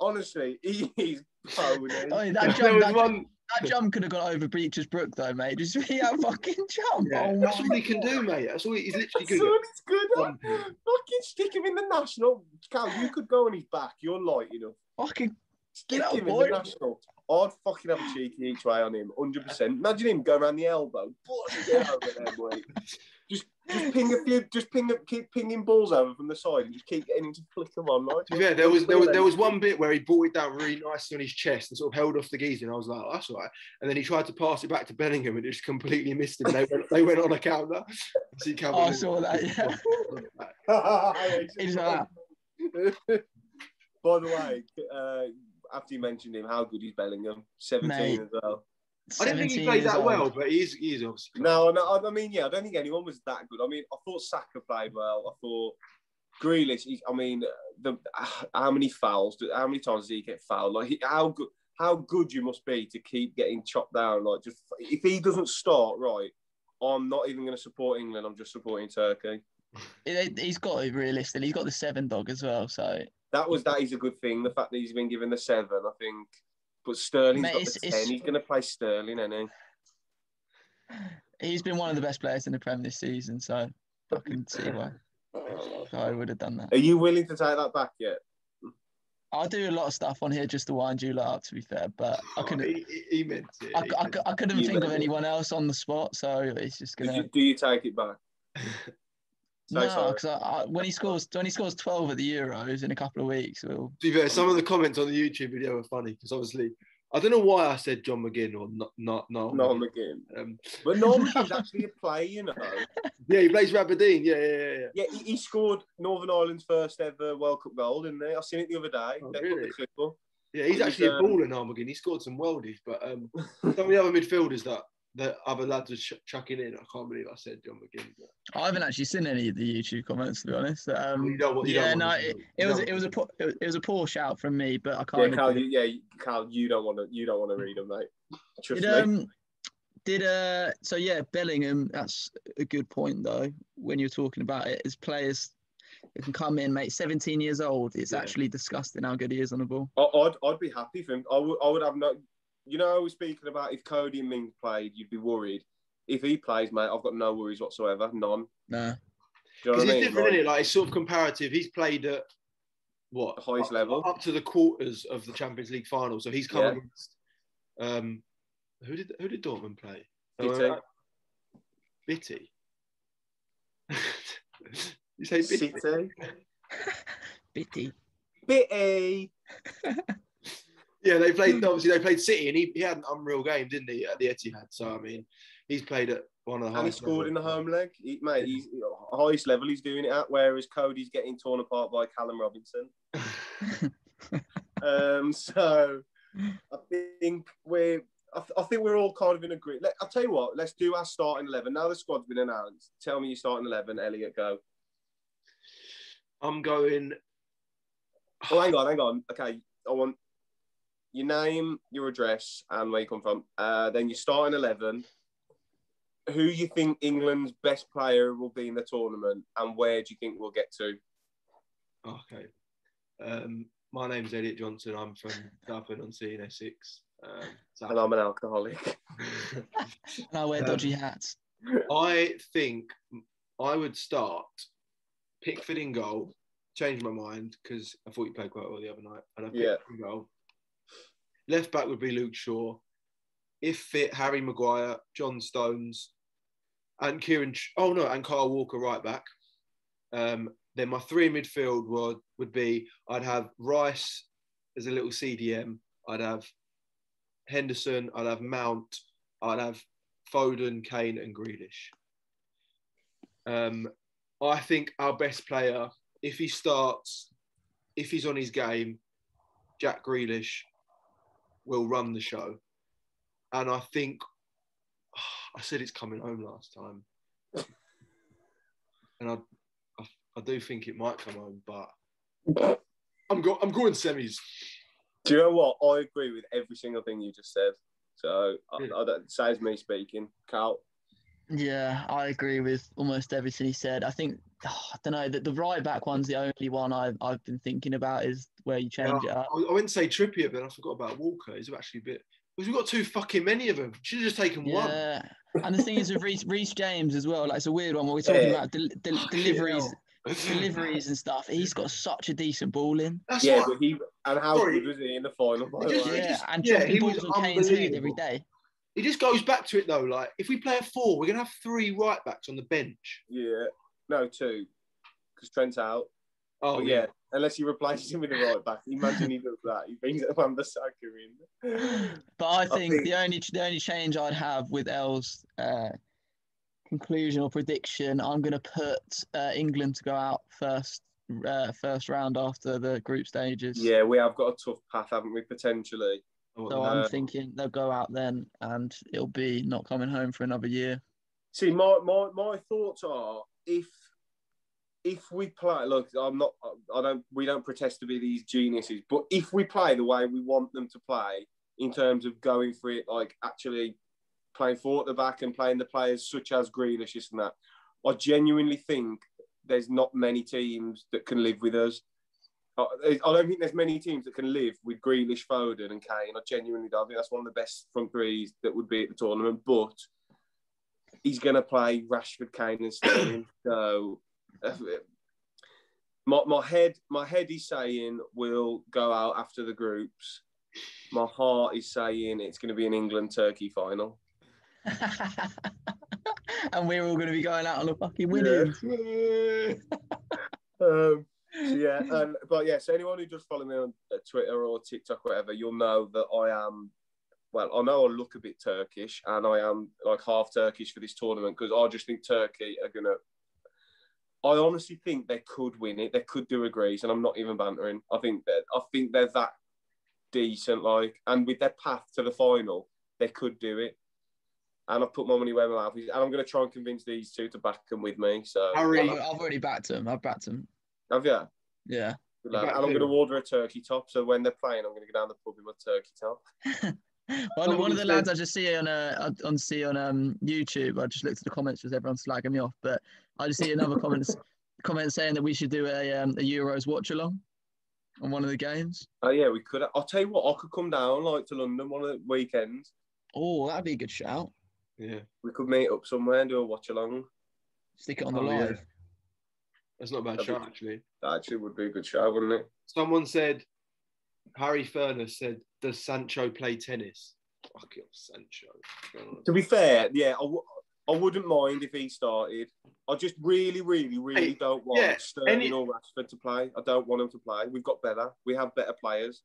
[SPEAKER 2] Honestly, <laughs> he is pony.
[SPEAKER 3] <laughs>
[SPEAKER 4] Oh, that
[SPEAKER 3] there
[SPEAKER 4] jump,
[SPEAKER 3] was
[SPEAKER 4] that,
[SPEAKER 3] one.
[SPEAKER 4] that jump could have gone over Breacher's Brook though, mate. Just <laughs> see that fucking jump.
[SPEAKER 3] Yeah,
[SPEAKER 4] Oh
[SPEAKER 3] that's all
[SPEAKER 4] my
[SPEAKER 3] he can do, mate. That's all he- he's literally
[SPEAKER 2] That's
[SPEAKER 3] good.
[SPEAKER 2] all he's good at.
[SPEAKER 3] One thing.
[SPEAKER 2] Fucking stick him in the national. Cal, you could go on his back. You're light enough.
[SPEAKER 4] fucking.
[SPEAKER 2] Stick
[SPEAKER 4] Get out,
[SPEAKER 2] him in
[SPEAKER 4] boy.
[SPEAKER 2] the national. I'd fucking have a cheeky each way on him, 100%. Imagine him go around the elbow. Bloody Get over there,
[SPEAKER 4] <laughs>
[SPEAKER 2] boy. Just, just ping a few, just ping, a, keep pinging balls over from the side and just keep getting him to flick them on. Like,
[SPEAKER 3] To be fair, there was there was there was one bit where he brought it down really nicely on his chest and sort of held off the geezer, and I was like, oh, "That's all right." And then he tried to pass it back to Bellingham, and it just completely missed him. They went they went on a counter. <laughs> See,
[SPEAKER 4] Oh,
[SPEAKER 3] <laughs>
[SPEAKER 4] I saw that. Yeah. <laughs> He's uh, like,
[SPEAKER 2] By the way, uh, after you mentioned him, how good is Bellingham? 17
[SPEAKER 4] Mate.
[SPEAKER 2] as well.
[SPEAKER 3] I didn't think
[SPEAKER 4] 17
[SPEAKER 3] he played
[SPEAKER 4] years
[SPEAKER 3] that
[SPEAKER 4] old.
[SPEAKER 3] well, but he's he's obviously.
[SPEAKER 2] No, no, I- I mean, yeah, I don't think anyone was that good. I mean, I thought Saka played well. I thought Grealish, he, I mean, the how many fouls? do- How many times does he get fouled? Like he, how good? How good you must be to keep getting chopped down. Like just if he doesn't start right, I'm not even going to support England. I'm just supporting Turkey.
[SPEAKER 4] He- He's got it realistic. He's got the seven dog as well. So
[SPEAKER 2] That was that is a good thing. The fact that he's been given the seven, I think. But Sterling's
[SPEAKER 4] Mate,
[SPEAKER 2] got
[SPEAKER 4] it's-
[SPEAKER 2] the ten.
[SPEAKER 4] it's-
[SPEAKER 2] He's going to play Sterling, isn't he?
[SPEAKER 4] he's been one of the best players in the Prem this season. So I can see why I would have done that.
[SPEAKER 2] Are you willing to take that back yet?
[SPEAKER 4] I do a lot of stuff on here just to wind you lot up, to be fair. But
[SPEAKER 2] Oh,
[SPEAKER 4] I couldn't,
[SPEAKER 3] Oh, he, he- he meant it.
[SPEAKER 4] I,
[SPEAKER 3] he
[SPEAKER 4] I,
[SPEAKER 3] meant
[SPEAKER 4] I couldn't
[SPEAKER 2] You
[SPEAKER 4] think of
[SPEAKER 2] bet.
[SPEAKER 4] anyone else on the spot. So it's just
[SPEAKER 2] Did
[SPEAKER 4] gonna.
[SPEAKER 2] you, do you take it back? So
[SPEAKER 4] No,
[SPEAKER 2] sorry.
[SPEAKER 4] because I, I, when he scores, when he scores twelve at the Euros in a couple of weeks, we'll.
[SPEAKER 3] To be fair, some of the comments on the YouTube video were funny because obviously I don't know why I said John McGinn or not not
[SPEAKER 4] Oh,
[SPEAKER 2] No,
[SPEAKER 3] no.
[SPEAKER 2] McGinn.
[SPEAKER 3] Um,
[SPEAKER 2] But Norman is actually a play, you know.
[SPEAKER 3] yeah, he plays for Aberdeen. Yeah, yeah, yeah, yeah.
[SPEAKER 2] Yeah, he, he scored Northern Ireland's first ever World Cup goal, didn't he? I seen it the other day.
[SPEAKER 3] Oh,
[SPEAKER 2] They put
[SPEAKER 3] really?
[SPEAKER 2] the clip up.
[SPEAKER 3] Yeah, he's
[SPEAKER 2] He's,
[SPEAKER 3] actually a
[SPEAKER 2] um,
[SPEAKER 3] baller now, McGinn. He scored some worldies, but um, some of the other midfielders that that other lads were ch- chucking in, I can't believe I said John McGinn. But
[SPEAKER 4] I haven't actually seen any of the YouTube comments to be honest. Um,
[SPEAKER 3] you know what? You
[SPEAKER 4] yeah,
[SPEAKER 3] don't
[SPEAKER 4] no,
[SPEAKER 3] want to
[SPEAKER 4] it,
[SPEAKER 3] do.
[SPEAKER 4] it
[SPEAKER 3] You
[SPEAKER 4] was
[SPEAKER 3] don't
[SPEAKER 4] it was a po- it was- it was a poor shout from me, but I
[SPEAKER 2] Yeah,
[SPEAKER 4] can't.
[SPEAKER 2] Cal, you, yeah, you- Cal, you don't want to, you don't want to read them, mate. Trust
[SPEAKER 4] Did
[SPEAKER 2] me.
[SPEAKER 4] um did uh so yeah Bellingham that's a good point though when you're talking about it is players who can come in mate 17 years old it's
[SPEAKER 3] Yeah.
[SPEAKER 4] actually disgusting how good he is on the ball
[SPEAKER 2] I, I'd, I'd be happy for him. I would, I would have no. You know, I was speaking about if Cody and Ming played, you'd be worried. If he plays, mate, I've got no worries whatsoever, none. Do you
[SPEAKER 4] no
[SPEAKER 2] know
[SPEAKER 3] Because
[SPEAKER 2] what I mean?
[SPEAKER 3] it's different,
[SPEAKER 2] Like,
[SPEAKER 3] isn't it? Like it's sort of comparative. He's played at what
[SPEAKER 2] The highest
[SPEAKER 3] up,
[SPEAKER 2] level.
[SPEAKER 3] up to the quarters of the Champions League final. So he's come
[SPEAKER 2] Yeah.
[SPEAKER 3] against. Um, who did who did Dortmund play?
[SPEAKER 2] Bitty.
[SPEAKER 3] Uh, Bitty. <laughs> you say Bitty?
[SPEAKER 2] City,
[SPEAKER 4] bitty
[SPEAKER 2] Bitty.
[SPEAKER 3] Yeah, they
[SPEAKER 2] Hmm.
[SPEAKER 3] played. Obviously, they played City, and he, he had an unreal game, didn't he, at the Etihad? So I mean, he's played at one of the
[SPEAKER 2] and he
[SPEAKER 3] highest.
[SPEAKER 2] scored in the
[SPEAKER 3] levels. <laughs>
[SPEAKER 2] home leg. He, mate, he's highest level he's doing it at, whereas Cody's getting torn apart by Callum Robinson. um, <laughs> so I think we're. I, th- I think we're all kind of in agreement. Let, I'll tell you what, let's do our starting 11. Now the squad's been announced. Tell me your starting 11, Elliot, go.
[SPEAKER 3] I'm going.
[SPEAKER 2] Oh, hang on, hang on. Okay, I want your name, your address, and where you come from. Uh, then your starting 11, who you think England's best player will be in the tournament, and where do you think we'll get to?
[SPEAKER 3] oh, Okay. Um, my name's Elliot Johnson. I'm from Dublin on CNS6. Um, so-
[SPEAKER 2] And I'm an alcoholic. <laughs>
[SPEAKER 4] and I wear
[SPEAKER 3] Um,
[SPEAKER 4] dodgy hats
[SPEAKER 3] I think I would start Pickford in goal. Changed my mind because I thought he played quite well the other night. And I picked
[SPEAKER 2] Yeah.
[SPEAKER 3] in goal. Left back would be Luke Shaw. If fit, Harry Maguire, John Stones, and Kieran. Ch- Oh no, and Kyle Walker right back. Um, then my three in midfield would would be I'd have Rice as a little CDM. I'd have Henderson. I'd have Mount. I'd have Foden, Kane, and Grealish. Um, I think our best player, if he starts, if he's on his game, Jack Grealish will run the show. And I think <sighs> I said it's coming home last time, <laughs> and I, I, I do think it might come home, but I'm go, I'm going semis.
[SPEAKER 2] Do you know what? I agree with every single thing you just said. So I, I, that says me speaking. Cal,
[SPEAKER 4] yeah I agree with almost everything he said I think <sighs> I don't know that the right back one's the only one I've I've been thinking about is where you change it up
[SPEAKER 3] I, I wouldn't say Trippier, but then I forgot about Walker. He's actually a bit because we've got too fucking many of them. Should have just taken one. <laughs>
[SPEAKER 4] yeah and the thing is with Reece, Reece James as well like it's a weird one what we're talking
[SPEAKER 2] Yeah.
[SPEAKER 4] about del- del-
[SPEAKER 3] Fucking
[SPEAKER 4] deliveries
[SPEAKER 3] hell.
[SPEAKER 4] deliveries and stuff. He's got such a decent ball in.
[SPEAKER 3] That's
[SPEAKER 2] yeah,
[SPEAKER 3] what-
[SPEAKER 2] but he and how
[SPEAKER 3] Sorry.
[SPEAKER 2] good was he in the final? By the
[SPEAKER 3] Just-
[SPEAKER 2] way?
[SPEAKER 4] Yeah, and
[SPEAKER 3] yeah,
[SPEAKER 4] dropping
[SPEAKER 3] he was
[SPEAKER 4] balls on Kane's head every
[SPEAKER 3] unbelievable.
[SPEAKER 4] day.
[SPEAKER 3] it just goes back to it though. Like if we play a four, we're gonna have three right backs on the bench.
[SPEAKER 2] Yeah, no two, because Trent's out.
[SPEAKER 3] Oh
[SPEAKER 2] But yeah. unless he replaces him with a right back. Imagine he does that. He brings
[SPEAKER 4] <laughs>
[SPEAKER 2] Wan-Bissaka in.
[SPEAKER 4] But I think,
[SPEAKER 2] think-
[SPEAKER 4] the only the only change I'd have with L's uh, conclusion or prediction, I'm gonna put uh, England to go out first uh, first round after the group stages.
[SPEAKER 2] Yeah, we have got a tough path, haven't we? Potentially.
[SPEAKER 3] Oh,
[SPEAKER 4] So
[SPEAKER 3] no.
[SPEAKER 4] I'm
[SPEAKER 2] Uh,
[SPEAKER 4] thinking they'll go out then, and it'll be not coming home for another year.
[SPEAKER 2] See, my, my, my thoughts are if if we play, look, I'm not, I don't, we don't protest to be these geniuses, but if we play the way we want them to play in terms of going for it, like actually playing four at the back and playing the players such as Greenish this and that, I genuinely think there's not many teams that can live with us. I I don't think there's many teams that can live with Grealish, Foden, and Kane. I genuinely don't I think that's one of the best front threes that would be at the tournament. But he's going to play Rashford, Kane, and Sterling. so uh, my, my head, my head is saying we'll go out after the groups. My heart is saying it's going to be an England Turkey final.
[SPEAKER 4] <laughs> and we're all going to be going out on a fucking winnings.
[SPEAKER 2] Um, so yeah, um, but yeah, so anyone who does follow me on uh, Twitter or TikTok, or whatever, you'll know that I am. Well, I know I look a bit Turkish, and I am like half Turkish for this tournament because I just think Turkey are gonna. I honestly think they could win it. They could do a Greece, and I'm not even bantering. I think that I think they're that decent, like, and with their path to the final, they could do it. And I've put my money where my mouth is, and I'm going to try and convince these two to back them with me. So,
[SPEAKER 3] Harry.
[SPEAKER 4] I've, I've already backed him. I've backed him.
[SPEAKER 2] have you?
[SPEAKER 4] Yeah.
[SPEAKER 2] Good lad.
[SPEAKER 3] Back
[SPEAKER 2] And I'm
[SPEAKER 3] two.
[SPEAKER 2] going to order a turkey top. So when they're playing, I'm going to go down the pub with my turkey top.
[SPEAKER 4] One, one of the
[SPEAKER 3] Someone
[SPEAKER 4] lads I just see on uh, I- on see on um YouTube. I just looked at the comments because everyone's slagging me off, but I just see another comment <laughs> comment saying that we should do a um, a Euros watch along on one of the games.
[SPEAKER 2] Oh yeah, we could. I'll tell you what, I could come down like to London one of the weekends.
[SPEAKER 4] Oh, that'd be a good shout.
[SPEAKER 3] Yeah,
[SPEAKER 2] We could meet up somewhere and do a watch along.
[SPEAKER 4] Stick it on the
[SPEAKER 3] Oh, yeah.
[SPEAKER 4] live.
[SPEAKER 3] that's not a bad
[SPEAKER 2] That'd be-
[SPEAKER 3] shot actually.
[SPEAKER 2] That actually would be a good show, wouldn't it?
[SPEAKER 3] Someone said, Harry Furness said, "Does Sancho play tennis?" Fucking Sancho.
[SPEAKER 2] To be fair, yeah, I w- I wouldn't mind if he started. I just really, really, really
[SPEAKER 3] Hey,
[SPEAKER 2] don't want
[SPEAKER 3] yeah,
[SPEAKER 2] Sterling
[SPEAKER 3] any-
[SPEAKER 2] or Rashford to play. I don't want them to play. We've got better. We have better players.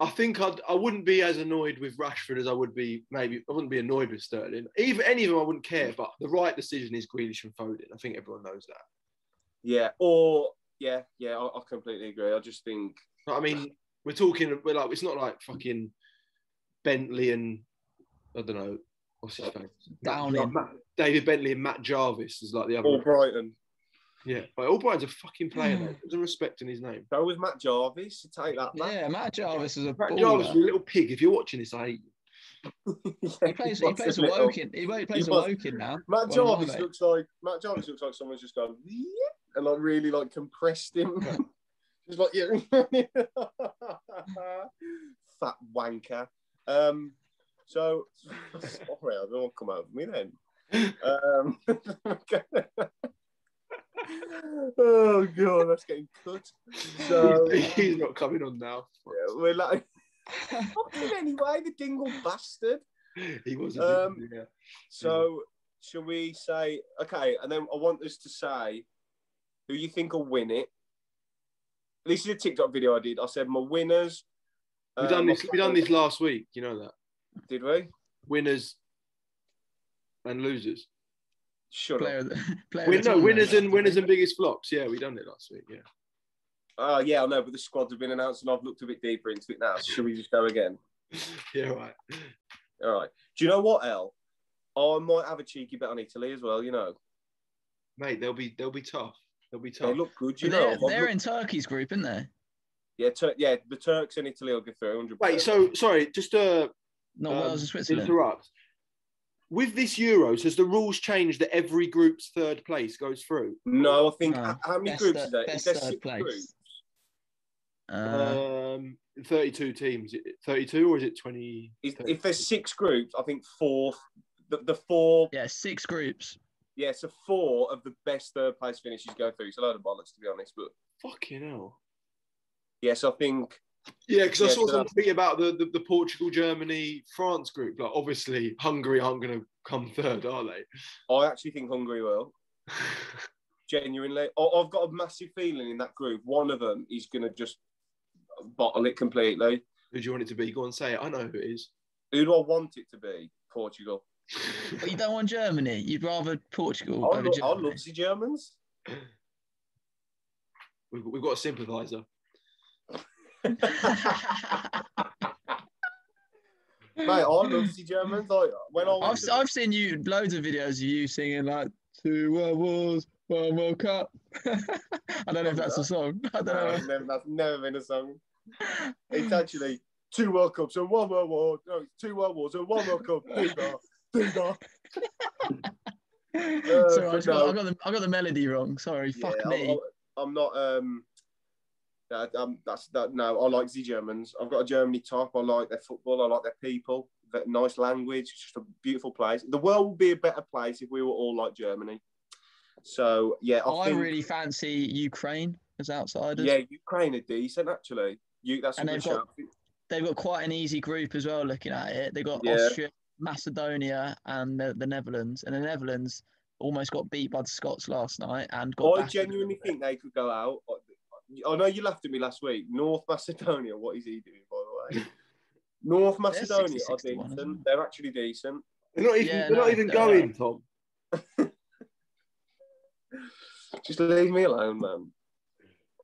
[SPEAKER 3] I think I'd, I wouldn't be as annoyed with Rashford as I would be maybe I wouldn't be annoyed with Sterling. Even any of them, I wouldn't care. But the right decision is Grealish and Foden. I think everyone knows that.
[SPEAKER 2] Yeah, or yeah, yeah, I, I completely agree. I just think
[SPEAKER 3] But I mean, we're talking. We're like it's not like fucking Bentley and I don't know what's his face. Matt-
[SPEAKER 4] Downing.
[SPEAKER 3] Matt- David Bentley and Matt Jarvis is like the other.
[SPEAKER 2] or Brighton.
[SPEAKER 3] Yeah, but Albright's a fucking player. though. There's a respect in his name.
[SPEAKER 2] So was Matt Jarvis. Take that back.
[SPEAKER 4] Yeah, Matt Jarvis is a
[SPEAKER 3] Matt Jarvis is a
[SPEAKER 4] baller.
[SPEAKER 3] little pig. If you're watching this, I hate you.
[SPEAKER 4] He plays he plays
[SPEAKER 2] Possibly.
[SPEAKER 4] Woking. He plays
[SPEAKER 2] He
[SPEAKER 4] he
[SPEAKER 2] was-
[SPEAKER 4] Woking now.
[SPEAKER 2] Matt
[SPEAKER 4] One of my
[SPEAKER 2] Jarvis
[SPEAKER 4] mates.
[SPEAKER 2] looks like Matt Jarvis looks like someone's just gone "Yeah," and like really like compressed him. <laughs> just like yeah, <laughs> fat wanker. Um, so sorry, I don't want to come over me then. Um, <laughs> oh god, that's getting cut. So
[SPEAKER 3] <laughs> he's not coming on now.
[SPEAKER 2] we're
[SPEAKER 4] <laughs>
[SPEAKER 2] like fucking anyway, the dingle bastard.
[SPEAKER 3] He was. A
[SPEAKER 2] Um,
[SPEAKER 3] bit, yeah.
[SPEAKER 2] So, shall we say okay? And then I want us to say who you think will win it. This is a TikTok video I did. I said my winners.
[SPEAKER 3] We
[SPEAKER 2] uh,
[SPEAKER 3] done
[SPEAKER 2] my
[SPEAKER 3] this. We done this last week. You know that
[SPEAKER 2] Did we?
[SPEAKER 3] winners and losers.
[SPEAKER 2] Shut
[SPEAKER 4] Player,
[SPEAKER 2] up.
[SPEAKER 4] of the- <laughs> player of
[SPEAKER 3] Win,
[SPEAKER 4] the
[SPEAKER 3] no,
[SPEAKER 4] tournament.
[SPEAKER 3] winners and winners and biggest flops. Yeah, we done it last week. Yeah. <laughs>
[SPEAKER 2] Oh yeah, I know, but the squads have been announced, and I've looked a bit deeper into it
[SPEAKER 3] <laughs>
[SPEAKER 2] now. So should we just go again?
[SPEAKER 3] Yeah. Right.
[SPEAKER 2] All right. Do you know what, El? I might have a cheeky bet on Italy as well. You know,
[SPEAKER 3] Mate, they'll be they'll be tough. They'll be
[SPEAKER 2] they
[SPEAKER 3] tough.
[SPEAKER 2] look good. You
[SPEAKER 4] But they're,
[SPEAKER 2] know,
[SPEAKER 4] they're in Turkey's group, isn't they?
[SPEAKER 2] yeah, Tur- yeah, the Turks and Italy will get through. 100
[SPEAKER 3] Wait. So sorry. Just uh,
[SPEAKER 4] Not
[SPEAKER 3] Um,
[SPEAKER 4] Wales and Switzerland.
[SPEAKER 3] interrupt. With this Euros, has the rules changed that every group's third place goes through?
[SPEAKER 2] no, I think
[SPEAKER 4] No.
[SPEAKER 3] Ah.
[SPEAKER 2] h- how many
[SPEAKER 4] Best
[SPEAKER 2] groups
[SPEAKER 4] third-
[SPEAKER 2] is there? Is
[SPEAKER 4] best
[SPEAKER 2] there
[SPEAKER 4] third
[SPEAKER 2] six
[SPEAKER 4] place.
[SPEAKER 2] groups?
[SPEAKER 4] Uh,
[SPEAKER 3] Um, thirty-two teams. Thirty-two or is it twenty?
[SPEAKER 2] If, if there's six groups, I think four, the, the four,
[SPEAKER 4] yeah, six groups.
[SPEAKER 2] yeah, so four of the best third place finishes go through. It's a load of bollocks, to be honest. But
[SPEAKER 3] Fucking hell.
[SPEAKER 2] yes, I think,
[SPEAKER 3] Yeah, because I
[SPEAKER 2] Yeah,
[SPEAKER 3] saw
[SPEAKER 2] so
[SPEAKER 3] some tweet about the, the, the Portugal, Germany, France group. Like, obviously, Hungary aren't going to come third, are they? <laughs>
[SPEAKER 2] I actually think Hungary will, genuinely. I, I've got a massive feeling in that group, one of them is going to just bottle it completely.
[SPEAKER 3] Who do you want it to be? Go and say it. I know who it is. <laughs>
[SPEAKER 2] Who do I want it to be? Portugal.
[SPEAKER 4] But you don't want Germany. You'd rather Portugal
[SPEAKER 2] I,
[SPEAKER 4] over
[SPEAKER 2] lo- I
[SPEAKER 4] Germany.
[SPEAKER 2] love the Germans.
[SPEAKER 3] We've, we've got a sympathizer.
[SPEAKER 2] <laughs> Mate, I love the Germans. Like, when I
[SPEAKER 4] I've,
[SPEAKER 2] went to-
[SPEAKER 4] I've seen you loads of videos of you singing like two World Wars, one World Cup, <laughs> I don't know if that's a song. <laughs> I don't know.
[SPEAKER 2] That's never- that's never been a song. It's actually two World Cups and one World War. No, it's two World Wars and one World Cup.
[SPEAKER 4] <laughs>
[SPEAKER 2] Ding-dong, ding-dong.
[SPEAKER 4] Sorry, I, just got,
[SPEAKER 2] no.
[SPEAKER 4] I, got the, I got the melody wrong. Sorry, fuck
[SPEAKER 2] Yeah,
[SPEAKER 4] me.
[SPEAKER 2] I, am not. Um, uh, um, that's that. No, I like the Germans. I've got a Germany type. I like their football. I like their people. That nice language. It's just a beautiful place. The world would be a better place if we were all like Germany. So yeah, I,
[SPEAKER 4] I,
[SPEAKER 2] think,
[SPEAKER 4] really fancy Ukraine as outsiders.
[SPEAKER 2] yeah, Ukraine are decent actually. You that's a
[SPEAKER 4] And
[SPEAKER 2] good
[SPEAKER 4] they've got-
[SPEAKER 2] shout.
[SPEAKER 4] They've got quite an easy group as well. Looking at it, they've got
[SPEAKER 2] Yeah.
[SPEAKER 4] Austria, Macedonia, and the, the Netherlands. And the Netherlands almost got beat by the Scots last night and got.
[SPEAKER 2] I
[SPEAKER 4] battered a little
[SPEAKER 2] genuinely
[SPEAKER 4] bit.
[SPEAKER 2] think they could go out. I know you laughed at me last week. North Macedonia, what is he doing, by the
[SPEAKER 4] <laughs>
[SPEAKER 2] way? North Macedonia are
[SPEAKER 4] 66 to one, isn't
[SPEAKER 2] decent.
[SPEAKER 4] it?
[SPEAKER 2] They're actually decent.
[SPEAKER 3] They're not even,
[SPEAKER 4] Yeah,
[SPEAKER 3] they're
[SPEAKER 4] no,
[SPEAKER 3] not even
[SPEAKER 4] they're-
[SPEAKER 3] going, Tom.
[SPEAKER 2] Just leave me alone, man.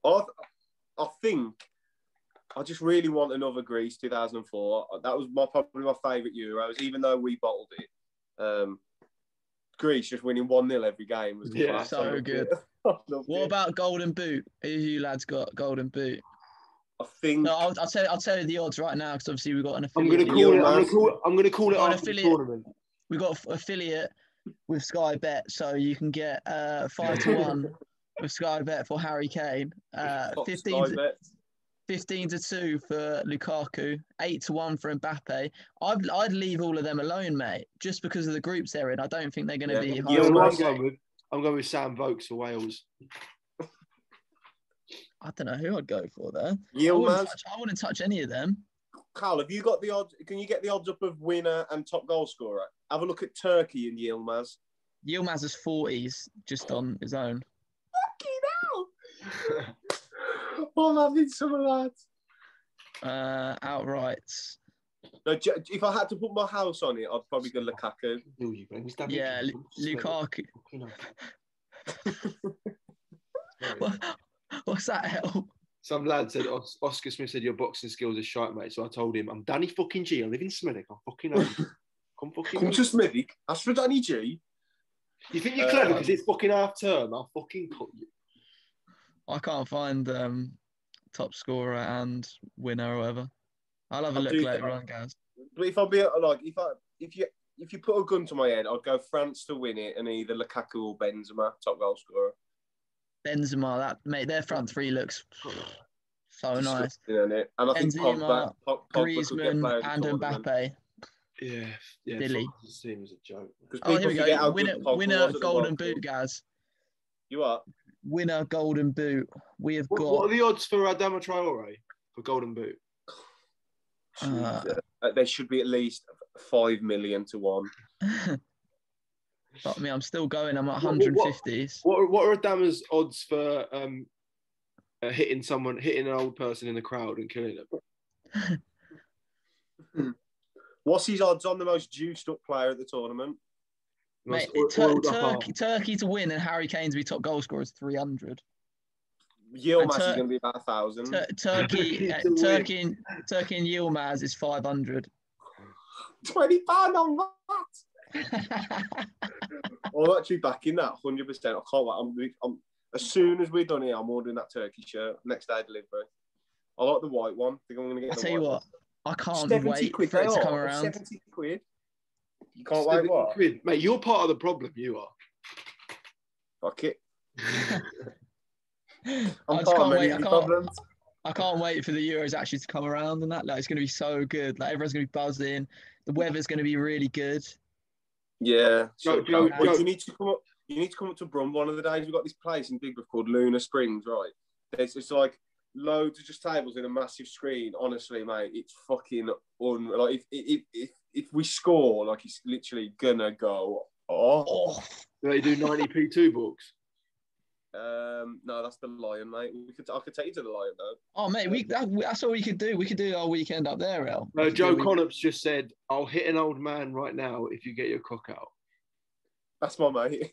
[SPEAKER 2] I, I think I just really want another Greece 2004. That was my probably my favourite Euros, even though we bottled it. Um, Greece just winning 1 0 every game was the
[SPEAKER 3] Yeah.
[SPEAKER 2] class. I
[SPEAKER 4] So
[SPEAKER 2] loved
[SPEAKER 4] good.
[SPEAKER 2] it. <laughs> I loved
[SPEAKER 4] What
[SPEAKER 2] it.
[SPEAKER 4] about Golden Boot? Who you lads got Golden Boot?
[SPEAKER 2] I think
[SPEAKER 4] No, I'll, I'll tell I'll tell you the odds right now because obviously we've got an
[SPEAKER 3] I'm
[SPEAKER 4] affiliate.
[SPEAKER 3] gonna call
[SPEAKER 4] league.
[SPEAKER 3] it. I'm
[SPEAKER 2] man.
[SPEAKER 3] gonna call. I'm gonna call it
[SPEAKER 4] Got an
[SPEAKER 3] after the
[SPEAKER 4] affiliate.
[SPEAKER 3] tournament.
[SPEAKER 4] we got an affiliate with Sky Bet, so you can get uh, five to one with Sky Bet for Harry Kane, uh,
[SPEAKER 2] Fox
[SPEAKER 4] 15,
[SPEAKER 2] Sky
[SPEAKER 4] to,
[SPEAKER 2] Bet.
[SPEAKER 4] 15 to two for Lukaku, eight to one for Mbappe. I'd I'd leave all of them alone, mate, just because of the groups they're in. I don't think they're going
[SPEAKER 2] Yeah,
[SPEAKER 4] to be.
[SPEAKER 2] but
[SPEAKER 4] high
[SPEAKER 2] you're
[SPEAKER 3] You know what I'm
[SPEAKER 2] right.
[SPEAKER 4] scoring.
[SPEAKER 3] going with? I'm going with Sam Vokes for Wales.
[SPEAKER 4] I don't know who I'd go for there. I
[SPEAKER 2] Yilmaz.
[SPEAKER 4] wouldn't, touch, I wouldn't touch any of them.
[SPEAKER 2] Carl, have you got the odds? Can you get the odds up of winner and top goal scorer? Have a look at Turkey and <laughs> Yilmaz.
[SPEAKER 4] Yilmaz is forties just on his own.
[SPEAKER 2] Oh, I'm having some of that.
[SPEAKER 4] Uh, outright.
[SPEAKER 2] No, J- if I had to put my house on it, I'd probably go Lukaku.
[SPEAKER 3] Who are you going? Who's that?
[SPEAKER 4] Yeah, Lu- Lukaku.
[SPEAKER 3] Fucking hell.
[SPEAKER 4] <laughs> What, what's that hell?
[SPEAKER 3] Some lad said Os- Oscar Smith said your boxing skills are shite, mate. So I told him I'm Danny fucking G. I live in Smithwick. I'm fucking home. <laughs> Come fucking.
[SPEAKER 2] Come
[SPEAKER 3] home.
[SPEAKER 2] to Smithy. Ask for Danny G.
[SPEAKER 3] you think you're
[SPEAKER 2] Uh,
[SPEAKER 3] clever because it's fucking half term. I'll fucking cut you.
[SPEAKER 4] I can't find um, top scorer and winner or whatever. I'll have a
[SPEAKER 2] I'll
[SPEAKER 4] look
[SPEAKER 2] do
[SPEAKER 4] later
[SPEAKER 2] that.
[SPEAKER 4] on, guys.
[SPEAKER 2] But if I'll be like, if I if you if you put a gun to my head, I'd go France to win it and either Lukaku or Benzema, top goal scorer.
[SPEAKER 4] Benzema, that mate, their front three looks so Oh, nice.
[SPEAKER 2] Disgusting, innit? And I think Pogba,
[SPEAKER 4] Benzema,
[SPEAKER 2] Pog- Pogba could get
[SPEAKER 4] Griezmann
[SPEAKER 2] players
[SPEAKER 4] and Mbappe.
[SPEAKER 3] Yeah, yeah.
[SPEAKER 4] Dilly.
[SPEAKER 3] fuck, This team is a joke. mate.
[SPEAKER 4] Oh, here we go. Winner,
[SPEAKER 2] Winner,
[SPEAKER 4] winner, golden boot, guys.
[SPEAKER 2] You are.
[SPEAKER 4] Winner, golden boot. We have
[SPEAKER 3] What, what
[SPEAKER 4] <laughs> got.
[SPEAKER 3] are the odds for Adama Traore for Golden Boot?
[SPEAKER 4] Uh,
[SPEAKER 2] Uh, they should be at least five million to one.
[SPEAKER 4] Fuck me, I'm still going. I'm at
[SPEAKER 3] What- what- what-
[SPEAKER 4] 150s.
[SPEAKER 3] What are, what are Adama's odds for um, uh, hitting someone, hitting an old person in the crowd and killing them?
[SPEAKER 2] What's his odds on the most juiced up player at the tournament?
[SPEAKER 4] Mate,
[SPEAKER 3] Or-
[SPEAKER 4] Tur-
[SPEAKER 3] or-
[SPEAKER 4] <laughs> Turkey, Turkey to win and Harry Kane to be top goal scorer is 300.
[SPEAKER 2] Yilmaz
[SPEAKER 4] Tur-
[SPEAKER 2] is going to be about a thousand.
[SPEAKER 4] Tur-
[SPEAKER 3] <laughs>
[SPEAKER 4] Turkey, uh,
[SPEAKER 3] Mm. To win.
[SPEAKER 4] Turkey, and, Turkey and Yilmaz is 500. <laughs>
[SPEAKER 2] Twenty pound on that. I'm actually backing that hundred percent. I can't wait. I'm, I'm as soon as we're done here, I'm ordering that turkey shirt next day delivery. I like the white one. I think I'm going to
[SPEAKER 4] I
[SPEAKER 2] get. the
[SPEAKER 4] tell you
[SPEAKER 2] white
[SPEAKER 4] what, I
[SPEAKER 2] one.
[SPEAKER 4] can't wait
[SPEAKER 2] quid.
[SPEAKER 4] for it
[SPEAKER 2] they
[SPEAKER 4] to
[SPEAKER 2] are.
[SPEAKER 4] come around.
[SPEAKER 2] Seventy quid. You can't
[SPEAKER 3] Seven
[SPEAKER 2] wait. What?
[SPEAKER 3] quid. Mate, you're part of the problem. You are.
[SPEAKER 2] Fuck it.
[SPEAKER 4] <laughs>
[SPEAKER 2] I'm
[SPEAKER 4] I just
[SPEAKER 2] part
[SPEAKER 4] can't
[SPEAKER 2] of many
[SPEAKER 4] wait. I can't,
[SPEAKER 2] problems.
[SPEAKER 4] I can't wait for the Euros actually to come around and that. Like, it's going to be so good. Like, everyone's going to be buzzing. The weather's going to be really good.
[SPEAKER 2] Yeah.
[SPEAKER 3] Go-
[SPEAKER 2] sure.
[SPEAKER 3] go-
[SPEAKER 2] Well,
[SPEAKER 3] go.
[SPEAKER 2] You need to come up. You need to come up to Brum one of the days. We've got this place in Digbeth called Luna Springs, right? There's it's like loads of just tables in a massive screen. Honestly, mate, it's fucking unreal. Like if if if, if we score, like it's literally gonna go. Oh,
[SPEAKER 4] Oh,
[SPEAKER 3] They do 90p two
[SPEAKER 4] <laughs>
[SPEAKER 3] books.
[SPEAKER 2] um, no, that's the lion, mate. We could I could take you to the lion though.
[SPEAKER 4] oh mate, we that, that's all we could do. We could do our weekend up there, El.
[SPEAKER 3] No, Uh, Joe Connops just said, "I'll hit an old man right now if you get your cock out."
[SPEAKER 2] That's my mate.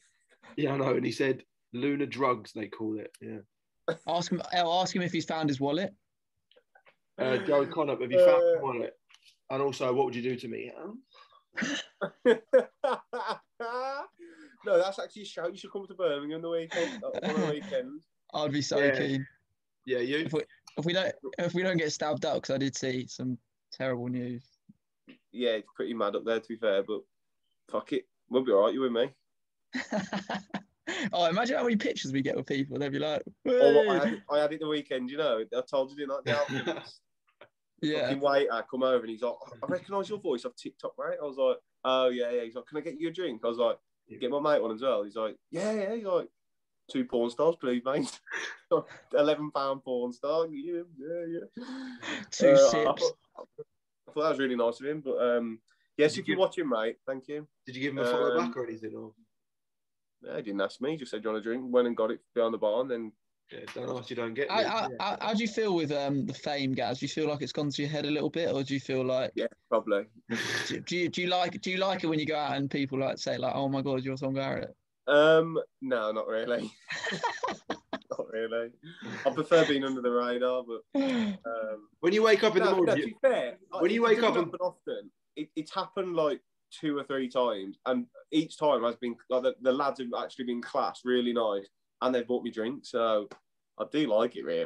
[SPEAKER 3] Yeah, I know. And he said, "Lunar drugs," they call it. Yeah.
[SPEAKER 4] Ask him. El, ask him if he's found his wallet.
[SPEAKER 3] Uh,
[SPEAKER 4] <laughs>
[SPEAKER 3] Joe Connop, have you found
[SPEAKER 2] Uh,
[SPEAKER 3] your wallet? And also, what would you do to me?
[SPEAKER 2] Joe <laughs> No, that's actually a shout. You should come to Birmingham the weekend. uh, on the weekend.
[SPEAKER 4] I'd be so
[SPEAKER 3] Yeah.
[SPEAKER 4] keen.
[SPEAKER 3] Yeah, you.
[SPEAKER 4] If we don't, if we don't get stabbed out, because I did see some terrible news. <laughs>
[SPEAKER 2] Yeah, it's pretty mad up there to be fair, but fuck it, we'll be alright. You with me?
[SPEAKER 4] oh, imagine how many pictures we get with people. They'd be like,
[SPEAKER 2] Oh,
[SPEAKER 4] "Woo!"
[SPEAKER 2] I, had, I had it the weekend. You know, I told you didn't I? The alchemist.
[SPEAKER 4] <laughs> yeah,
[SPEAKER 2] Fucking waiter come over and he's like, I recognise your voice off TikTok, right? I was like, oh yeah, yeah. He's like, can I get you a drink? I was like, get my mate one as well. He's like, yeah, yeah. He's like, two porn stars, please, mate. <laughs> Eleven pound porn star. Yeah, yeah, yeah.
[SPEAKER 4] two
[SPEAKER 2] Uh, I
[SPEAKER 4] sips.
[SPEAKER 2] thought, I thought that was really nice of him, but um, yes,
[SPEAKER 3] Did
[SPEAKER 2] if you're
[SPEAKER 3] you-
[SPEAKER 2] watching, mate, thank you.
[SPEAKER 3] Did you give him a follow
[SPEAKER 2] Um,
[SPEAKER 3] back or anything? Or
[SPEAKER 2] Yeah, he didn't ask me. He just said, "Do you want a drink?" Went and got it behind the bar, and then
[SPEAKER 3] yeah, don't ask, you don't get.
[SPEAKER 4] How,
[SPEAKER 3] me.
[SPEAKER 4] how, how, how do you feel with um, the fame, Gaz? Do you feel like it's gone to your head a little bit, or do you feel like
[SPEAKER 2] yeah, probably.
[SPEAKER 4] <laughs> do, do you do you like do you like it when you go out and people like say like, "Oh my God, you're Tom Garrett"?
[SPEAKER 2] Um, no, not really. <laughs> not really. I prefer being under the radar, but um,
[SPEAKER 3] when you wake up in
[SPEAKER 2] no,
[SPEAKER 3] the
[SPEAKER 2] no,
[SPEAKER 3] morning,
[SPEAKER 2] to
[SPEAKER 3] you-
[SPEAKER 2] be fair,
[SPEAKER 3] when you
[SPEAKER 2] it
[SPEAKER 3] wake
[SPEAKER 2] doesn't
[SPEAKER 3] up and-
[SPEAKER 2] happen often, it, it's happened like two or three times, and each time has been like the, the lads have actually been class, really nice, and they've bought me drinks, so I do like it
[SPEAKER 3] <laughs>
[SPEAKER 2] really.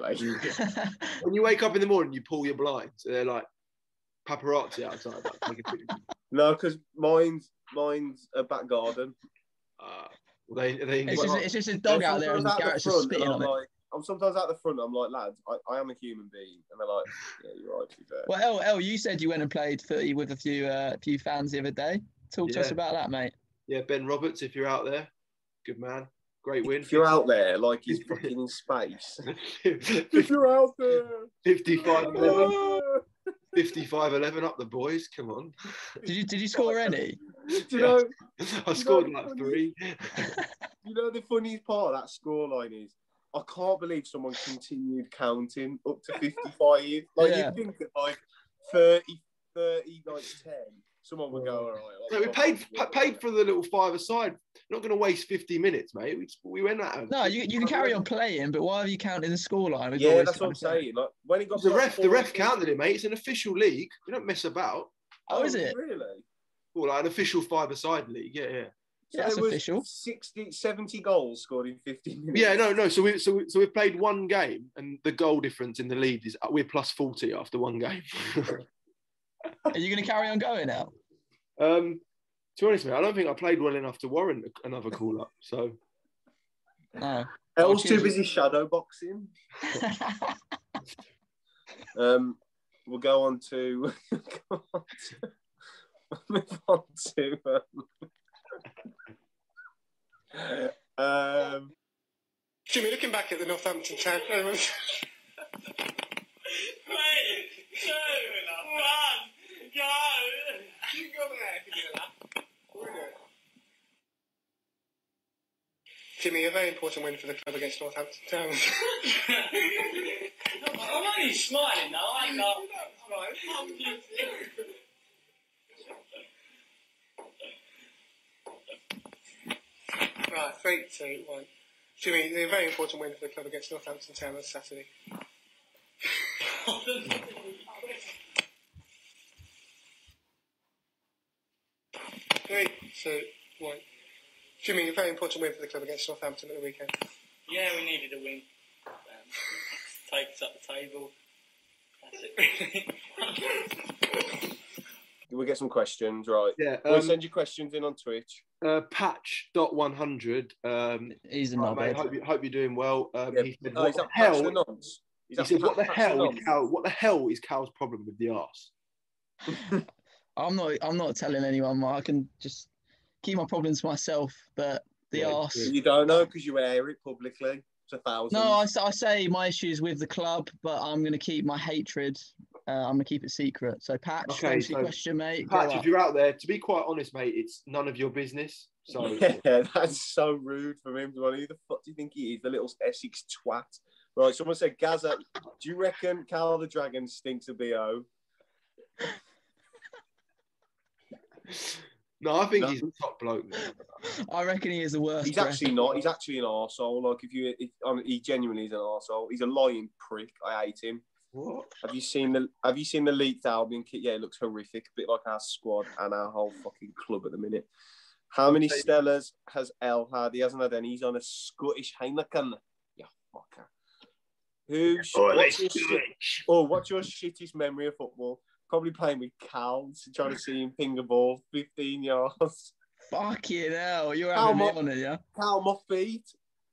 [SPEAKER 3] when you wake up in the morning, you pull your blinds. and They're like paparazzi outside. Like, take a
[SPEAKER 2] <laughs>
[SPEAKER 3] picture.
[SPEAKER 2] no, because mine's mine's a back garden.
[SPEAKER 3] uh, they they
[SPEAKER 4] it's, just, it's just a
[SPEAKER 2] I'm
[SPEAKER 4] dog out there, and
[SPEAKER 2] sometimes out the
[SPEAKER 4] Garrett's just
[SPEAKER 2] front
[SPEAKER 4] spitting
[SPEAKER 2] and
[SPEAKER 4] on
[SPEAKER 2] I'm
[SPEAKER 4] it.
[SPEAKER 2] like, I'm sometimes out the front. I'm like, lads, I, I am a human being, and they're like, yeah, you're right. To be fair.
[SPEAKER 4] Well, El, El, you said you went and played footy with a few uh, few fans the other day. Talk to us
[SPEAKER 3] Yeah.
[SPEAKER 4] about that, mate.
[SPEAKER 3] yeah, Ben Roberts, if you're out there, good man, great win.
[SPEAKER 2] If you're out there, like
[SPEAKER 3] <laughs>
[SPEAKER 2] he's fucking in space. <laughs> If
[SPEAKER 3] 55
[SPEAKER 2] you're out there, <laughs>
[SPEAKER 3] 11, 55 11 up the boys. Come on, <laughs>
[SPEAKER 4] Did you did you score any?
[SPEAKER 2] Do you know?
[SPEAKER 3] I scored like three.
[SPEAKER 2] You know the funniest part of that scoreline is I can't believe someone continued counting up to 55. Like
[SPEAKER 4] Yeah.
[SPEAKER 2] you'd think that like 30, 30, like 10, someone would go, all right.
[SPEAKER 3] No, we paid pa- paid for the little five aside. We're not going to waste 50 minutes, mate. We, just- we went out.
[SPEAKER 4] No, you, you can carry on playing, but why have you counted the scoreline? We've
[SPEAKER 2] Yeah,
[SPEAKER 4] always
[SPEAKER 2] that's what I'm
[SPEAKER 4] done it.
[SPEAKER 2] saying. Like when it got
[SPEAKER 3] The
[SPEAKER 2] to,
[SPEAKER 3] ref,
[SPEAKER 2] like,
[SPEAKER 3] the ref
[SPEAKER 2] 40
[SPEAKER 3] counted it, mate. It's an official league. We don't mess about.
[SPEAKER 4] Oh, is it?
[SPEAKER 2] Really?
[SPEAKER 3] Well, like an official five-a-side league. Yeah, yeah.
[SPEAKER 4] Yeah, that's
[SPEAKER 2] there was
[SPEAKER 4] official.
[SPEAKER 2] 60, 70 goals scored in 15 minutes.
[SPEAKER 3] Yeah, no, no. So we so we, so we've played one game, and the goal difference in the lead is uh, we're plus forty after one game. <laughs>
[SPEAKER 4] Are you going to carry on going now?
[SPEAKER 3] um, to be honest, mate, I don't think I played well enough to warrant a- another call up. So
[SPEAKER 2] <laughs>
[SPEAKER 4] No.
[SPEAKER 3] Oh,
[SPEAKER 2] El's too
[SPEAKER 4] Jesus.
[SPEAKER 2] busy shadow boxing. Um, we'll go on to <laughs> go on to- <laughs> move on to um, <laughs> um,
[SPEAKER 5] Jimmy, looking back at the Northampton town, everyone's
[SPEAKER 6] Three, two, one, go!
[SPEAKER 5] you go there. if you do that. We'll do it. Jimmy, a very important win for the club against Northampton Town.
[SPEAKER 6] I'm only smiling now, I ain't not.
[SPEAKER 5] right, three, two, one. Jimmy, a very important win for the club against Northampton Town on Saturday. <laughs> Three, two, one. Jimmy, a very important win for the club against Northampton at the weekend.
[SPEAKER 6] Yeah, we needed a win. Um, <laughs> takes up the table. That's it. <laughs>
[SPEAKER 2] we'll get some questions right.
[SPEAKER 3] yeah,
[SPEAKER 2] we'll
[SPEAKER 3] um,
[SPEAKER 2] send you questions in on Twitch.
[SPEAKER 3] uh, patch dot one hundred. Um,
[SPEAKER 4] He's a
[SPEAKER 3] right, mate,
[SPEAKER 4] knobhead.
[SPEAKER 3] hope you hope you're doing well. Um,
[SPEAKER 2] Yeah.
[SPEAKER 3] He said,
[SPEAKER 2] Oh,
[SPEAKER 3] "What
[SPEAKER 2] is
[SPEAKER 3] the
[SPEAKER 2] that Patch
[SPEAKER 3] hell?"
[SPEAKER 2] the Nonce? Is
[SPEAKER 3] He
[SPEAKER 2] that
[SPEAKER 3] said,
[SPEAKER 2] Pat-
[SPEAKER 3] "What the
[SPEAKER 2] Patch
[SPEAKER 3] hell? is
[SPEAKER 2] Nonce?
[SPEAKER 3] Cal, what the hell is Cal's problem with the arse?"
[SPEAKER 4] I'm not. I'm not telling anyone. Mark. I can just keep my problems to myself. But the
[SPEAKER 3] Yeah,
[SPEAKER 4] arse.
[SPEAKER 3] yeah.
[SPEAKER 2] You don't know because you air it publicly to thousands.
[SPEAKER 4] No, I, s- I say my issues with the club, but I'm going to keep my hatred. Uh, I'm going to keep it secret. So, Patch,
[SPEAKER 3] Okay,
[SPEAKER 4] thanks for your
[SPEAKER 3] so-
[SPEAKER 4] question, mate. Go
[SPEAKER 3] Patch,
[SPEAKER 4] up.
[SPEAKER 3] if you're out there, to be quite honest, mate, it's none of your business. So
[SPEAKER 2] <laughs> Yeah, that's so rude from him. Well, who the fuck do you think he is? The little Essex twat. Right, someone said, Gaza, do you reckon Cal the Dragon stinks a BO?
[SPEAKER 3] no, I think
[SPEAKER 2] No.
[SPEAKER 3] he's a top bloke. mate.
[SPEAKER 4] <laughs> I reckon he is the worst.
[SPEAKER 2] He's
[SPEAKER 4] ref.
[SPEAKER 2] actually not. He's actually an arsehole. Like, if you, if, um, he genuinely is an arsehole. He's a lying prick. I hate him.
[SPEAKER 3] What?
[SPEAKER 2] Have you seen the Have you seen the leaked Albion kit? Yeah, it looks horrific. A bit like our squad and our whole fucking club at the minute. How many Stellas has L had? He hasn't had any. He's on a Scottish Heineken. Yeah, fucker. Who's
[SPEAKER 7] Or
[SPEAKER 2] what's
[SPEAKER 7] let's
[SPEAKER 2] your,
[SPEAKER 7] do
[SPEAKER 2] shi-
[SPEAKER 7] it.
[SPEAKER 2] oh, what's your shittiest memory of football? Probably playing with Cal's, trying to see him ping a ball 15 yards.
[SPEAKER 4] Fucking hell, you're
[SPEAKER 2] How
[SPEAKER 4] having me
[SPEAKER 2] much-
[SPEAKER 4] on it, yeah?
[SPEAKER 2] Cal, my feet.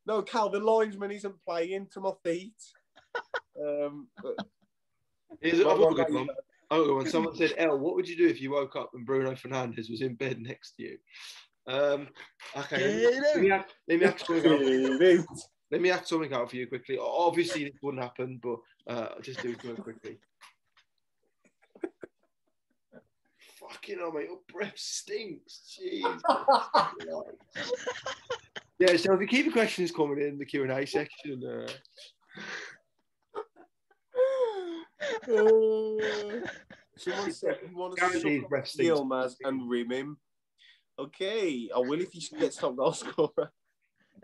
[SPEAKER 2] No, Cal, the linesman isn't playing to my feet. <laughs> Um, but-
[SPEAKER 3] Here's, I've got a
[SPEAKER 2] Well,
[SPEAKER 3] good one. I've got a good one. Oh, Someone said, "L, what would you do if you woke up and Bruno Fernandez was in bed next to you?" Um, okay. Let me, act- let me act something out. Let me act something out for you quickly. Obviously, this wouldn't happen, but uh, I'll just do it
[SPEAKER 2] <laughs>
[SPEAKER 3] real quickly. Fucking hell, mate! Your breath stinks.
[SPEAKER 2] <laughs>
[SPEAKER 3] Jeez. yeah. So if you keep your questions coming in the Q and A section, uh,
[SPEAKER 2] Someone said you want to
[SPEAKER 3] guaranteed
[SPEAKER 2] suck
[SPEAKER 3] breath stinks.
[SPEAKER 2] Yilmaz and rim him. Okay, I will if he gets top goal scorer.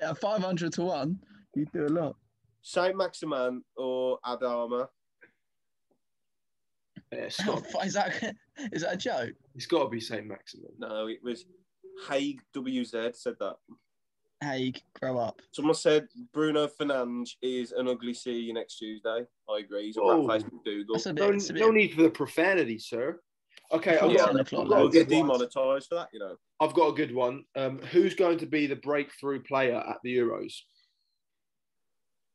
[SPEAKER 4] yeah 500 to 1, you do a lot.
[SPEAKER 2] Saint Maximan or Adama?
[SPEAKER 3] yeah,
[SPEAKER 4] How
[SPEAKER 3] stop.
[SPEAKER 4] fu- <laughs> Is that, is that a joke?
[SPEAKER 3] It's got to be Saint Maximum.
[SPEAKER 2] No, it was Haig WZ said that.
[SPEAKER 4] Haig, grow up.
[SPEAKER 2] Someone said Bruno Fernandes is an ugly C next Tuesday. I agree. He's a rat
[SPEAKER 3] Oh.
[SPEAKER 2] faced McDougal.
[SPEAKER 4] That's a bit.
[SPEAKER 3] No,
[SPEAKER 4] it's a bit
[SPEAKER 3] no need for the profanity, sir. Okay, I've
[SPEAKER 4] It's
[SPEAKER 2] Yeah.
[SPEAKER 3] got,
[SPEAKER 4] ten o'clock,
[SPEAKER 3] I've
[SPEAKER 2] I'll
[SPEAKER 3] got
[SPEAKER 4] lads.
[SPEAKER 3] a
[SPEAKER 2] get
[SPEAKER 3] good one.
[SPEAKER 2] demonetised for that, you know.
[SPEAKER 3] I've got a good one. Um, who's going to be the breakthrough player at the Euros?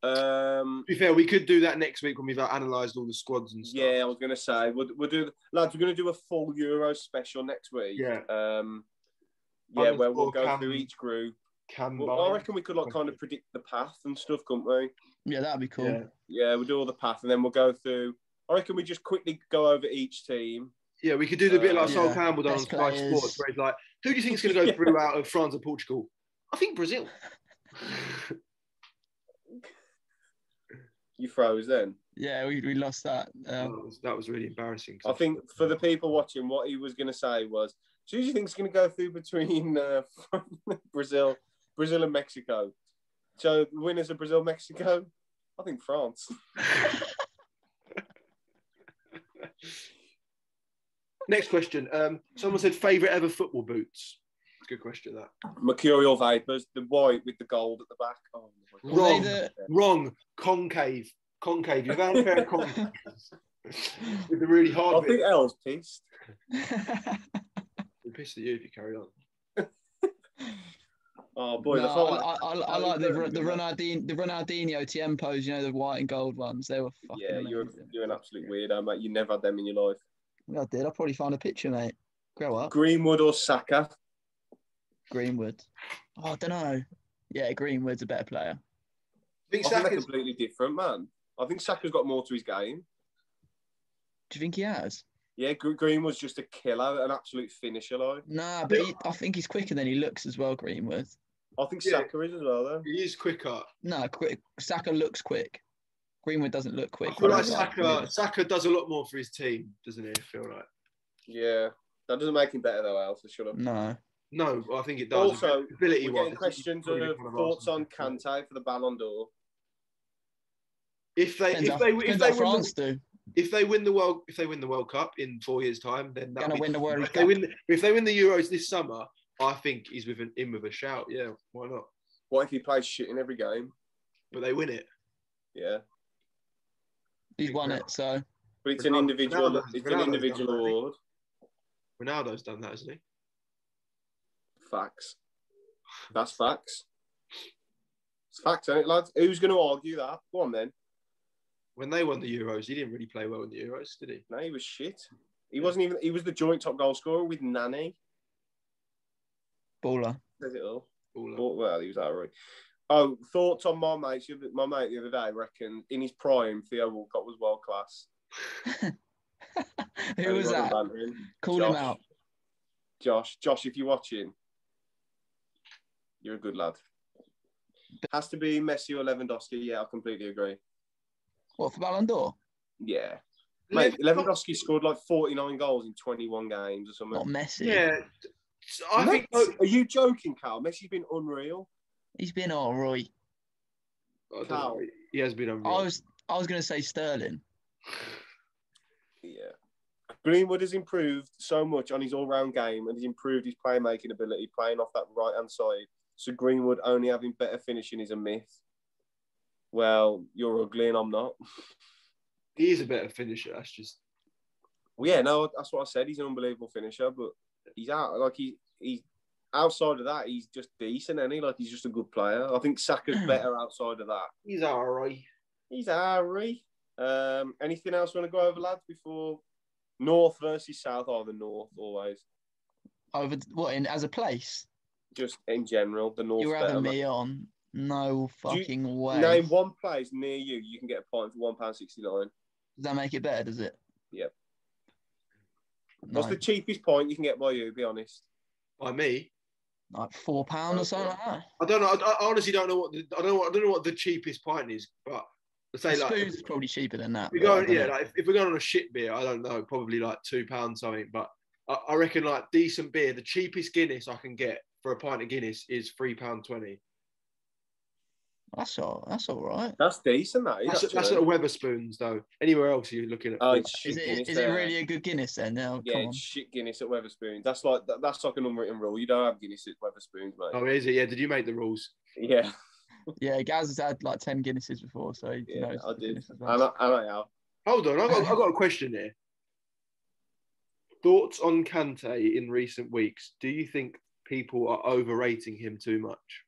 [SPEAKER 2] Um,
[SPEAKER 3] To be fair, we could do that next week when we've analysed all the squads and stuff.
[SPEAKER 2] yeah, I was gonna say we'll, we'll do lads. We're gonna do a full Euro special next week.
[SPEAKER 3] Yeah.
[SPEAKER 2] Um, yeah, where we'll
[SPEAKER 3] Underscore
[SPEAKER 2] go
[SPEAKER 3] cam-
[SPEAKER 2] through each group.
[SPEAKER 3] Can
[SPEAKER 2] Well, I reckon we could like kind of predict the path and stuff, couldn't we?
[SPEAKER 4] Yeah, that'd be cool.
[SPEAKER 3] yeah.
[SPEAKER 2] Yeah, we'll do all the path and then we'll go through. I reckon we just quickly go over each team.
[SPEAKER 3] yeah, we could do the bit like
[SPEAKER 4] Uh,
[SPEAKER 3] Sol
[SPEAKER 4] yeah.
[SPEAKER 3] Campbell done on
[SPEAKER 4] Best
[SPEAKER 3] Sky
[SPEAKER 4] players.
[SPEAKER 3] Sports, where he's like, "Who do you think
[SPEAKER 2] <laughs>
[SPEAKER 3] is going to go
[SPEAKER 2] Yeah.
[SPEAKER 3] through out of France and Portugal?" I think Brazil.
[SPEAKER 4] <laughs>
[SPEAKER 2] You froze then.
[SPEAKER 4] Yeah, we, we lost that. Um,
[SPEAKER 3] that, was, that was really embarrassing.
[SPEAKER 2] I think for the people watching, what he was going to say was, "So "Who do you think's going to go through between <laughs> uh, Brazil, Brazil and Mexico?" So the winners of Brazil Mexico, I think France.
[SPEAKER 3] Next question. Um, someone said favorite ever football boots. Good question. That
[SPEAKER 2] Mercurial Vapors, the white with the gold at the back. Oh, my God.
[SPEAKER 4] were they
[SPEAKER 3] Wrong.
[SPEAKER 4] the-
[SPEAKER 3] wrong. Concave. Concave. You've had a pair of concave with the really hard
[SPEAKER 2] I think
[SPEAKER 3] bit.
[SPEAKER 2] L's pissed.
[SPEAKER 4] <laughs>
[SPEAKER 3] We'll piss at you if you carry on.
[SPEAKER 2] Oh boy,
[SPEAKER 4] No,
[SPEAKER 2] the whole.
[SPEAKER 4] I, I, I, I like the, Ro- the Ronaldinho, the Ronaldinho Tiempos, you know, the white and gold ones. They were fucking
[SPEAKER 2] yeah, you're,
[SPEAKER 4] amazing.
[SPEAKER 2] you're an absolute weirdo, mate. You never had them in your life.
[SPEAKER 4] Yeah, I did. I'll probably find a picture, mate. Grow up.
[SPEAKER 2] Greenwood or Saka?
[SPEAKER 4] Greenwood. Oh, I don't know. Yeah, Greenwood's a better player.
[SPEAKER 3] I think
[SPEAKER 2] I think they're
[SPEAKER 3] Saka's,
[SPEAKER 2] completely different, man. I think Saka's got more to his game.
[SPEAKER 4] Do you think he has?
[SPEAKER 2] Yeah, Gr- Greenwood's just a killer, an absolute finisher, like.
[SPEAKER 4] Nah, but he, I think he's quicker than he looks as well, Greenwood.
[SPEAKER 2] I think
[SPEAKER 3] Yeah.
[SPEAKER 2] Saka is as well, though.
[SPEAKER 3] he is quicker.
[SPEAKER 4] No, quick. Saka looks quick. Greenwood doesn't look quick.
[SPEAKER 3] I feel like
[SPEAKER 4] Yeah.
[SPEAKER 3] Saka, Saka does a lot more for his team, doesn't he? I feel like.
[SPEAKER 2] Yeah. That doesn't make him better, though, Al, so shut up.
[SPEAKER 4] No.
[SPEAKER 3] No, I think it does.
[SPEAKER 2] Also,
[SPEAKER 3] ability
[SPEAKER 2] we're
[SPEAKER 3] wise,
[SPEAKER 2] getting questions
[SPEAKER 3] probably
[SPEAKER 2] of
[SPEAKER 3] one of
[SPEAKER 2] thoughts
[SPEAKER 3] ours.
[SPEAKER 2] on Kante for the Ballon d'Or.
[SPEAKER 3] If they
[SPEAKER 4] Depends
[SPEAKER 3] if
[SPEAKER 4] how-
[SPEAKER 3] they if
[SPEAKER 4] depends
[SPEAKER 3] they
[SPEAKER 4] how
[SPEAKER 3] win
[SPEAKER 4] France
[SPEAKER 3] the,
[SPEAKER 4] do.
[SPEAKER 3] if they win the world if they win the World Cup in four years time, then that'll
[SPEAKER 4] Gonna
[SPEAKER 3] be-
[SPEAKER 4] win the World
[SPEAKER 3] if they
[SPEAKER 4] Cup.
[SPEAKER 3] win if they win the Euros this summer, I think he's with an in with a shout. Yeah, why not?
[SPEAKER 2] What if he plays shit in every game?
[SPEAKER 3] But they win it.
[SPEAKER 2] Yeah.
[SPEAKER 4] He's won it, so
[SPEAKER 2] But it's an
[SPEAKER 3] Ronaldo-
[SPEAKER 2] individual
[SPEAKER 3] Ronaldo's-
[SPEAKER 2] it's
[SPEAKER 3] Ronaldo's
[SPEAKER 2] an individual
[SPEAKER 3] done that,
[SPEAKER 2] award.
[SPEAKER 3] Ronaldo's done that, hasn't he?
[SPEAKER 2] Facts. That's facts. It's facts, ain't it, lads? Who's gonna argue that? Go on then.
[SPEAKER 3] When they won the Euros, he didn't really play well in the Euros, did he?
[SPEAKER 2] No, he was shit. He wasn't even he was the joint top goal scorer with Nanny.
[SPEAKER 4] baller. <laughs>
[SPEAKER 2] Says it all.
[SPEAKER 3] All up.
[SPEAKER 2] Well, well, he was outright. Oh, thoughts on my mates? The other- My mate the other day reckoned in his prime, Theo Walcott was world class.
[SPEAKER 4] Who was that? Call him
[SPEAKER 2] Josh.
[SPEAKER 4] out.
[SPEAKER 2] Josh, Josh, if you're watching, you're a good lad. Has to be Messi or Lewandowski. Yeah, I completely agree.
[SPEAKER 4] What for Ballon d'Or?
[SPEAKER 2] Yeah, mate, Lewandowski scored like 49 goals in 21 games or
[SPEAKER 4] Not
[SPEAKER 2] something.
[SPEAKER 4] Messi.
[SPEAKER 3] Yeah, I think
[SPEAKER 2] Messi- are you joking, Cal? Messi's been unreal.
[SPEAKER 4] He's been all right.
[SPEAKER 3] I don't know. he has been
[SPEAKER 4] I
[SPEAKER 3] unreal.
[SPEAKER 4] was I was gonna say Sterling.
[SPEAKER 2] Yeah, Greenwood has improved so much on his all-round game and he's improved his playmaking ability, playing off that right-hand side. So Greenwood only having better finishing is a myth. Well, you're ugly and I'm not.
[SPEAKER 3] He is a better finisher. That's just
[SPEAKER 2] Well, yeah, no, that's what I said. He's an unbelievable finisher, but he's out. Like he, he outside of that, he's just decent. Any like he's just a good player. I think Saka's better outside of that.
[SPEAKER 3] he's alright.
[SPEAKER 2] He's Harry. Um, anything else you want to go over, lads? Before North versus South, or the North always.
[SPEAKER 4] Over what in as a place?
[SPEAKER 2] Just in general, the North.
[SPEAKER 4] You're
[SPEAKER 2] better,
[SPEAKER 4] having me on. No fucking
[SPEAKER 2] man.
[SPEAKER 4] way.
[SPEAKER 2] Name one place near you. You can get a point for one pound sixty nine.
[SPEAKER 4] Does that make it better? Does it?
[SPEAKER 2] Yep.
[SPEAKER 4] No,
[SPEAKER 2] What's the cheapest point you can get by you? Be honest.
[SPEAKER 3] By me,
[SPEAKER 4] like four pound or something like that.
[SPEAKER 3] I don't know. I, I honestly don't know what the, I don't know. What, I don't know what the cheapest pint is, but I say
[SPEAKER 4] The
[SPEAKER 3] like
[SPEAKER 4] spoon's
[SPEAKER 3] if
[SPEAKER 4] probably cheaper than that.
[SPEAKER 3] we
[SPEAKER 4] but I
[SPEAKER 3] go.
[SPEAKER 4] don't
[SPEAKER 3] Yeah,
[SPEAKER 4] know.
[SPEAKER 3] like if, if we're going on a shit beer, I don't know, probably like two pounds something. But I, I reckon like decent beer, the cheapest Guinness I can get for a pint of Guinness is three pound twenty.
[SPEAKER 4] that's all. That's all right.
[SPEAKER 2] That's decent. That is.
[SPEAKER 3] That's,
[SPEAKER 2] actually.
[SPEAKER 3] that's at Weatherspoons though. Anywhere else you're looking at?
[SPEAKER 2] Oh,
[SPEAKER 3] four
[SPEAKER 2] it's
[SPEAKER 4] Is
[SPEAKER 2] shit
[SPEAKER 4] it,
[SPEAKER 2] Guinness
[SPEAKER 4] is it
[SPEAKER 2] there.
[SPEAKER 4] really a good Guinness then? No,
[SPEAKER 2] Yeah,
[SPEAKER 4] come on.
[SPEAKER 2] it's shit Guinness at Weatherspoons. That's like that, that's like an unwritten rule. You don't have Guinness at Weatherspoons, mate.
[SPEAKER 3] Oh, is it? Yeah. Did you make the rules?
[SPEAKER 2] Yeah,
[SPEAKER 4] Yeah, Gaz has had like ten Guinnesses before, so he
[SPEAKER 2] yeah,
[SPEAKER 4] knows
[SPEAKER 2] I
[SPEAKER 4] the
[SPEAKER 2] did.
[SPEAKER 4] Guinness as well.
[SPEAKER 2] And I, and I have.
[SPEAKER 3] Hold on, I got, I got a question here. Thoughts on Kante in recent weeks? Do you think people are overrating him too much?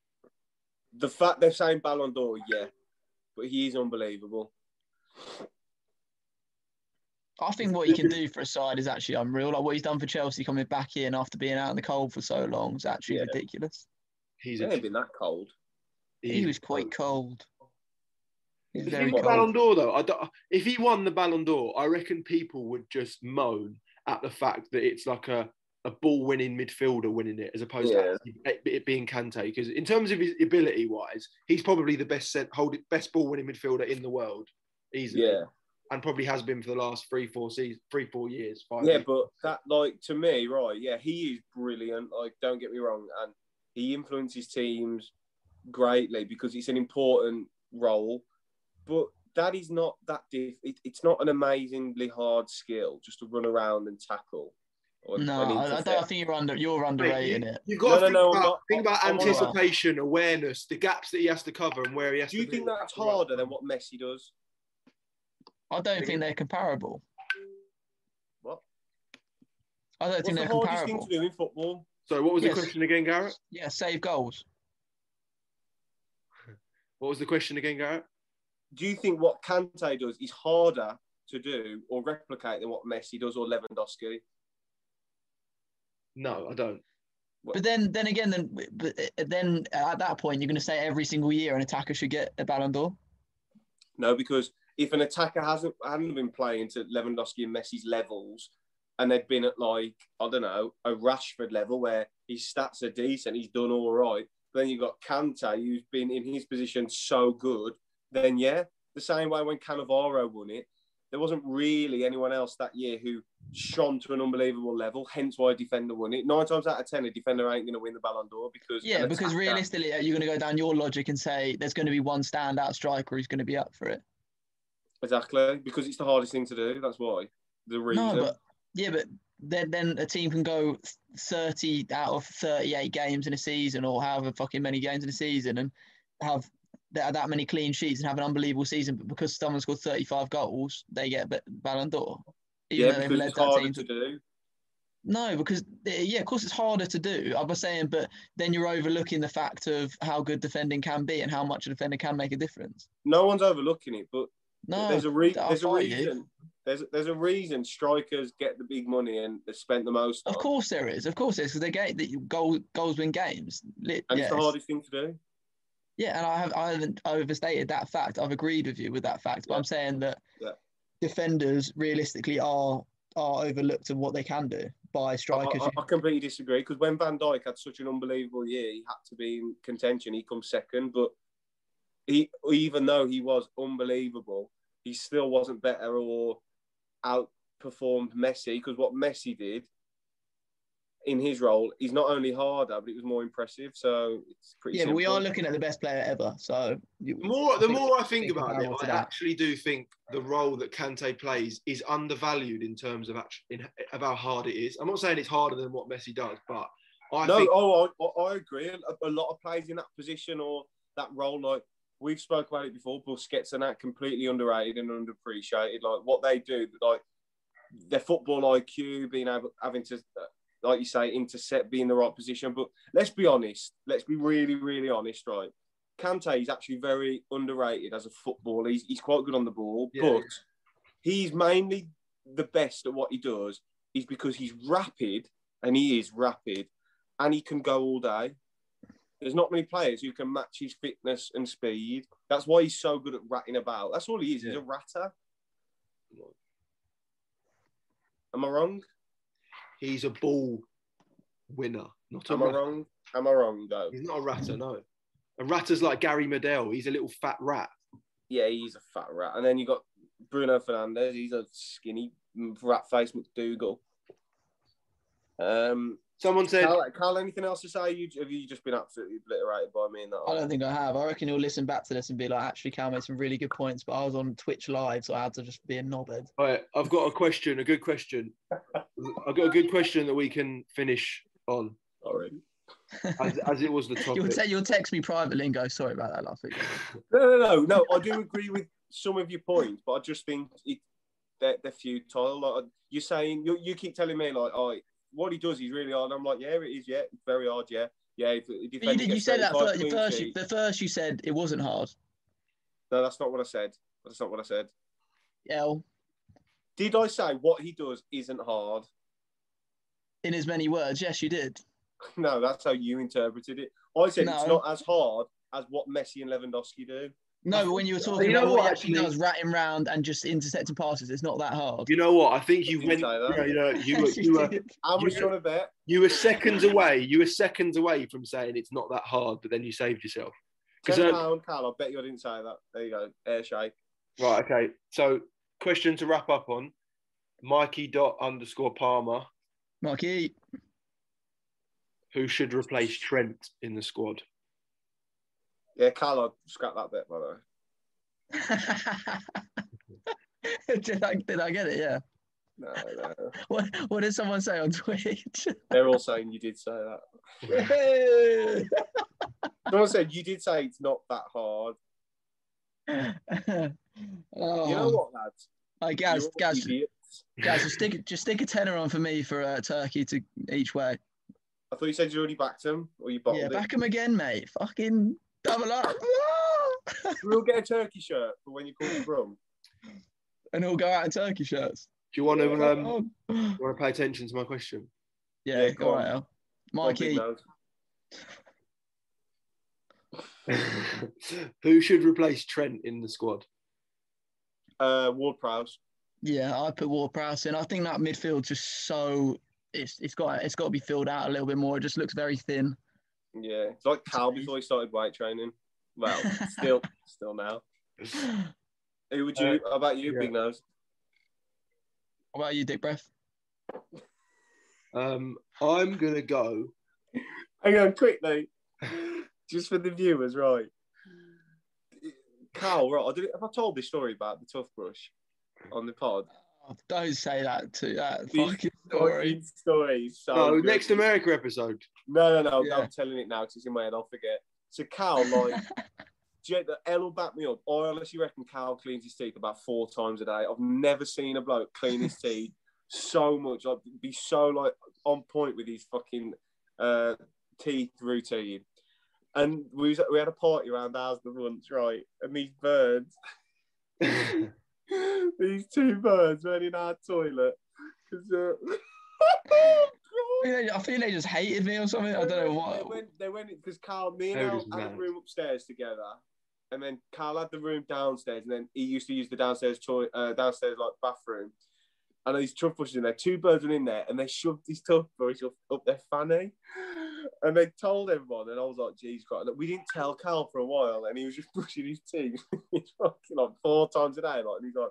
[SPEAKER 2] The fact they're saying Ballon d'Or, yeah, but he is unbelievable.
[SPEAKER 4] I think what he can do for a side is actually unreal. Like what he's done for Chelsea coming back in after being out in the cold for so long is actually
[SPEAKER 2] Yeah.
[SPEAKER 4] ridiculous.
[SPEAKER 3] He's
[SPEAKER 2] He
[SPEAKER 3] a,
[SPEAKER 2] ain't been that cold.
[SPEAKER 4] He was quite cold. He's
[SPEAKER 3] If
[SPEAKER 4] very
[SPEAKER 3] he won
[SPEAKER 4] cold.
[SPEAKER 3] Ballon d'Or though, I don't, if he won the Ballon d'Or, I reckon people would just moan at the fact that it's like a, a ball winning midfielder winning it as opposed
[SPEAKER 2] Yeah.
[SPEAKER 3] to it- it being Kante. Because in terms of his ability wise, he's probably the best set, hold best ball winning midfielder in the world, easily.
[SPEAKER 2] Yeah,
[SPEAKER 3] and probably has been for the last three, four seasons, three, four years. Five
[SPEAKER 2] yeah,
[SPEAKER 3] years.
[SPEAKER 2] but that like to me, right? Yeah, he is brilliant. Like, don't get me wrong, and he influences teams greatly because it's an important role. But that is not that diff. It, it's not an amazingly hard skill just to run around and tackle. Or,
[SPEAKER 4] No,
[SPEAKER 2] and
[SPEAKER 4] I, I
[SPEAKER 2] intercept.
[SPEAKER 4] don't think you're under you're underrating it.
[SPEAKER 3] You've got
[SPEAKER 2] No,
[SPEAKER 3] to
[SPEAKER 2] no, no,
[SPEAKER 3] think,
[SPEAKER 2] I'm
[SPEAKER 3] about,
[SPEAKER 2] not-
[SPEAKER 3] think about
[SPEAKER 2] I'm
[SPEAKER 4] not.
[SPEAKER 3] anticipation, awareness, the gaps that he has to cover, and where he has
[SPEAKER 2] Do
[SPEAKER 3] to.
[SPEAKER 2] you
[SPEAKER 3] be.
[SPEAKER 2] think that's harder than what Messi does?
[SPEAKER 4] I don't think they're comparable.
[SPEAKER 2] What?
[SPEAKER 4] I don't
[SPEAKER 2] What's
[SPEAKER 4] think
[SPEAKER 2] the
[SPEAKER 4] they're
[SPEAKER 2] hardest thing
[SPEAKER 4] comparable.
[SPEAKER 2] to do in football?
[SPEAKER 3] So, what was
[SPEAKER 4] Yes.
[SPEAKER 3] the question again, Garrett?
[SPEAKER 4] Yeah, save goals.
[SPEAKER 3] What was the question again, Garrett?
[SPEAKER 2] Do you think what Kante does is harder to do or replicate than what Messi does or Lewandowski?
[SPEAKER 3] No, I don't.
[SPEAKER 4] But then, then again, then but then at that point, you're going to say every single year an attacker should get a Ballon d'Or.
[SPEAKER 2] No, because if an attacker hasn't hadn't been playing to Lewandowski and Messi's levels, and they'd been at like I don't know a Rashford level where his stats are decent, he's done all right. Then you've got Kante, who's been in his position so good. Then yeah, the same way when Cannavaro won it, there wasn't really anyone else that year who shone to an unbelievable level. Hence why a defender won it. Nine times out of ten, a defender ain't going to win the Ballon d'Or because an
[SPEAKER 4] Yeah, because
[SPEAKER 2] attacker-
[SPEAKER 4] realistically, you're going to go down your logic and say there's going to be one standout striker who's going to be up for it.
[SPEAKER 2] exactly because it's the hardest thing to do. That's why the reason.
[SPEAKER 4] No, but yeah, but then then a team can go 30 out of 38 games in a season, or however fucking many games in a season, and have that, that many clean sheets and have an unbelievable season. But because someone scored 35 goals, they get Ba- Ballon d'Or. Even
[SPEAKER 2] yeah,
[SPEAKER 4] though they've
[SPEAKER 2] because
[SPEAKER 4] led
[SPEAKER 2] it's
[SPEAKER 4] that
[SPEAKER 2] harder
[SPEAKER 4] team
[SPEAKER 2] to
[SPEAKER 4] to-
[SPEAKER 2] do.
[SPEAKER 4] No, because uh, yeah, of course it's harder to do. I was saying, but then you're overlooking the fact of how good defending can be and how much a defender can make a difference.
[SPEAKER 2] No one's overlooking it, but
[SPEAKER 4] No,
[SPEAKER 2] there's a re-
[SPEAKER 4] I'll
[SPEAKER 2] there's a
[SPEAKER 4] fight you.
[SPEAKER 2] reason. There's there's a reason strikers get the big money and they spent the most.
[SPEAKER 4] of
[SPEAKER 2] on.
[SPEAKER 4] course there is. Of course there is because they get that goal goals win games. Lit-
[SPEAKER 2] and
[SPEAKER 4] yeah,
[SPEAKER 2] it's the
[SPEAKER 4] it's-
[SPEAKER 2] hardest thing to do.
[SPEAKER 4] yeah, and I have I haven't overstated that fact. I've agreed with you with that fact, but
[SPEAKER 2] Yeah.
[SPEAKER 4] I'm saying that
[SPEAKER 2] Yeah.
[SPEAKER 4] defenders realistically are are overlooked of what they can do by
[SPEAKER 2] I,
[SPEAKER 4] strikers.
[SPEAKER 2] I- I completely disagree because when Van Dijk had such an unbelievable year, he had to be in contention. He comes second, but he even though he was unbelievable, he still wasn't better or outperformed Messi because what Messi did in his role, he's not only harder, but it was more impressive. So it's pretty.
[SPEAKER 4] Yeah, but we
[SPEAKER 2] simple.
[SPEAKER 4] are looking at the best player ever. So you-
[SPEAKER 3] The more,
[SPEAKER 4] I
[SPEAKER 3] the
[SPEAKER 4] think-
[SPEAKER 3] more I think about it,
[SPEAKER 4] about
[SPEAKER 3] I
[SPEAKER 4] that.
[SPEAKER 3] actually do think the role that Kante plays is undervalued in terms of act- in, of how hard it is. I'm not saying it's harder than what Messi does, but I
[SPEAKER 2] no,
[SPEAKER 3] think
[SPEAKER 2] oh, I, I- I agree. A, a lot of players in that position or that role, like we've spoke about it before, Busquets and that completely underrated and underappreciated. Like what they do, like their football IQ, being able having to, uh, like you say, intercept, be in the right position. But let's be honest. Let's be really, really honest, right? Kante is actually very underrated as a footballer. He's, he's quite good on the ball,
[SPEAKER 3] Yeah.
[SPEAKER 2] but he's mainly the best at what he does is because he's rapid and he is rapid and he can go all day. There's not many players who can match his fitness and speed. That's why he's so good at ratting about. That's all he is. He's a ratter. Am I wrong?
[SPEAKER 3] he's a ball winner, not a
[SPEAKER 2] Am I
[SPEAKER 3] rat.
[SPEAKER 2] wrong? Am I wrong though?
[SPEAKER 3] He's not a ratter, no. A ratter's like Gary Medell. He's a little fat rat.
[SPEAKER 2] Yeah, he's a fat rat. And then you got Bruno Fernandez. He's a skinny rat face McDougal. Um,
[SPEAKER 3] Someone said,
[SPEAKER 2] Carl, Carl, anything else to say? You have you just been absolutely obliterated by me in that?
[SPEAKER 4] I
[SPEAKER 2] one?
[SPEAKER 4] don't think I have. I reckon you'll listen back to this and be like, actually, Cal made some really good points, but I was on Twitch live, so I had to just be a knobhead.
[SPEAKER 3] All right, I've got a question, a good question. I've got a good question that we can finish on,
[SPEAKER 2] Sorry.
[SPEAKER 3] as, as it was
[SPEAKER 4] <laughs>
[SPEAKER 3] the
[SPEAKER 4] You'll,
[SPEAKER 3] topic.
[SPEAKER 4] te- you'll text me privately and go, sorry about that last week.
[SPEAKER 2] No, no, no, no. I do agree with some of your points, but I just think it, they're, they're futile. Like you're saying, you, you keep telling me like, oh, what he does is really hard. I'm like, yeah, it is. Yeah, it's very hard. Yeah, yeah. If, if
[SPEAKER 4] But you,
[SPEAKER 2] defender
[SPEAKER 4] did, you
[SPEAKER 2] gets
[SPEAKER 4] said that
[SPEAKER 2] 35
[SPEAKER 4] first, you
[SPEAKER 2] clean
[SPEAKER 4] first. You,
[SPEAKER 2] sheets-
[SPEAKER 4] the first you said it wasn't hard.
[SPEAKER 2] No, that's not what I said. That's not what I said.
[SPEAKER 4] L,
[SPEAKER 2] Did I say what he does isn't hard? <laughs>
[SPEAKER 4] in as many words, yes, you did.
[SPEAKER 2] No, that's how you interpreted it. I said it's
[SPEAKER 4] No.
[SPEAKER 2] not as hard as what Messi and Lewandowski do.
[SPEAKER 4] No, but when you were talking
[SPEAKER 3] You know
[SPEAKER 4] about what,
[SPEAKER 3] what,
[SPEAKER 4] he actually
[SPEAKER 3] actually-
[SPEAKER 4] does, ratting round and just intercepting passes, it's not that hard.
[SPEAKER 3] You know what? I think you
[SPEAKER 2] Didn't
[SPEAKER 3] went. You
[SPEAKER 2] say that.
[SPEAKER 3] know, you, know,
[SPEAKER 4] <laughs>
[SPEAKER 3] you, were,
[SPEAKER 4] Yes, you
[SPEAKER 3] you, were,
[SPEAKER 4] did.
[SPEAKER 2] How much
[SPEAKER 3] You-
[SPEAKER 2] you want to bet?
[SPEAKER 3] you were seconds away. You were seconds away from saying it's not that hard, but then you saved yourself. 'Cause,
[SPEAKER 2] Ten
[SPEAKER 3] uh,
[SPEAKER 2] pound, Carl. I bet you I didn't say that. There you go. Air shake.
[SPEAKER 3] Right. Okay. So, question to wrap up on: Mikey dot underscore Palmer,
[SPEAKER 4] Marquee,
[SPEAKER 3] who should replace Trent in the squad?
[SPEAKER 2] Yeah, Carl. I'd scrap that bet by the way.
[SPEAKER 4] <laughs> did, I, did I get it? Yeah.
[SPEAKER 2] No, no.
[SPEAKER 4] What, what did someone say on <laughs> Twitch?
[SPEAKER 2] They're all saying you did say that.
[SPEAKER 4] Hey!
[SPEAKER 2] Someone said you did say it's not that hard.
[SPEAKER 4] oh,
[SPEAKER 2] You know what, lads?
[SPEAKER 4] I guess,
[SPEAKER 2] You're all
[SPEAKER 4] guys,
[SPEAKER 2] idiots.
[SPEAKER 4] guys, just stick, just stick a tenner on for me for uh, Turkey to each way.
[SPEAKER 2] I thought you said you already backed him or you bottled
[SPEAKER 4] yeah,
[SPEAKER 2] it.
[SPEAKER 4] back 'em again, mate. Fucking
[SPEAKER 3] <laughs>
[SPEAKER 4] double up,
[SPEAKER 2] We'll get a turkey shirt for when you call your brum.
[SPEAKER 4] and all go out in Turkey shirts.
[SPEAKER 3] Do you want to um,
[SPEAKER 4] Oh.
[SPEAKER 3] you want to pay attention to my question? <laughs>
[SPEAKER 4] yeah,
[SPEAKER 2] yeah, go
[SPEAKER 4] all right,
[SPEAKER 2] on.
[SPEAKER 4] Al.
[SPEAKER 2] One big
[SPEAKER 4] <laughs> Mikey,
[SPEAKER 2] nose.
[SPEAKER 3] Who should replace Trent in the squad?
[SPEAKER 2] Uh, Ward Prowse.
[SPEAKER 4] yeah, I put Ward Prowse in. I think that midfield's just so it's it's got it's got to be filled out a little bit more. It just looks very thin.
[SPEAKER 2] Yeah, it's like Cal before he started weight training.
[SPEAKER 3] <laughs>
[SPEAKER 2] Well, still, still now.
[SPEAKER 4] what
[SPEAKER 2] Who would you? how about you,
[SPEAKER 3] Uh, yeah.
[SPEAKER 2] Big Nose?
[SPEAKER 4] about you, Dick Breath?
[SPEAKER 3] Um, I'm gonna go.
[SPEAKER 2] Hang on,
[SPEAKER 3] <laughs>
[SPEAKER 2] quickly, just for the viewers, right? Cal, right? I did, have I told this story about the toothbrush on the pod?
[SPEAKER 4] Oh, don't say that to that
[SPEAKER 2] These <laughs>
[SPEAKER 4] fucking story.
[SPEAKER 2] Stories, stories. So
[SPEAKER 3] Oh,
[SPEAKER 2] good.
[SPEAKER 3] next America episode. <laughs>
[SPEAKER 2] No, no, no.
[SPEAKER 4] Yeah.
[SPEAKER 2] I'm telling it now because it's in my head. I'll forget. So Cal, like, Jed, Elle will back me up. I honestly reckon Cal cleans his teeth about four times a day. I've never seen a bloke clean his teeth so much. Like, be so like on point with his fucking uh, teeth routine. And we was, we had a party around ours the once, right? And these birds, <laughs> these two birds, went in our toilet. 'Cause, uh, <laughs>
[SPEAKER 4] I think they- I think they just hated me or something. I don't know
[SPEAKER 2] They
[SPEAKER 4] what.
[SPEAKER 2] went, they went because Carl, me and
[SPEAKER 3] How
[SPEAKER 2] Al
[SPEAKER 3] does
[SPEAKER 2] had a
[SPEAKER 3] that-
[SPEAKER 2] room upstairs together, and then Carl had the room downstairs, and then he used to use the downstairs toy, uh, downstairs like bathroom. And these toothbrushes in there, two birds were in there, and they shoved these toothbrush up, up their fanny, and they told everyone. And I was like, "Jeez, Christ!" Like, we didn't tell Carl for a while, and he was just <laughs> brushing his teeth, he's fucking like four times a day, like, and he's like.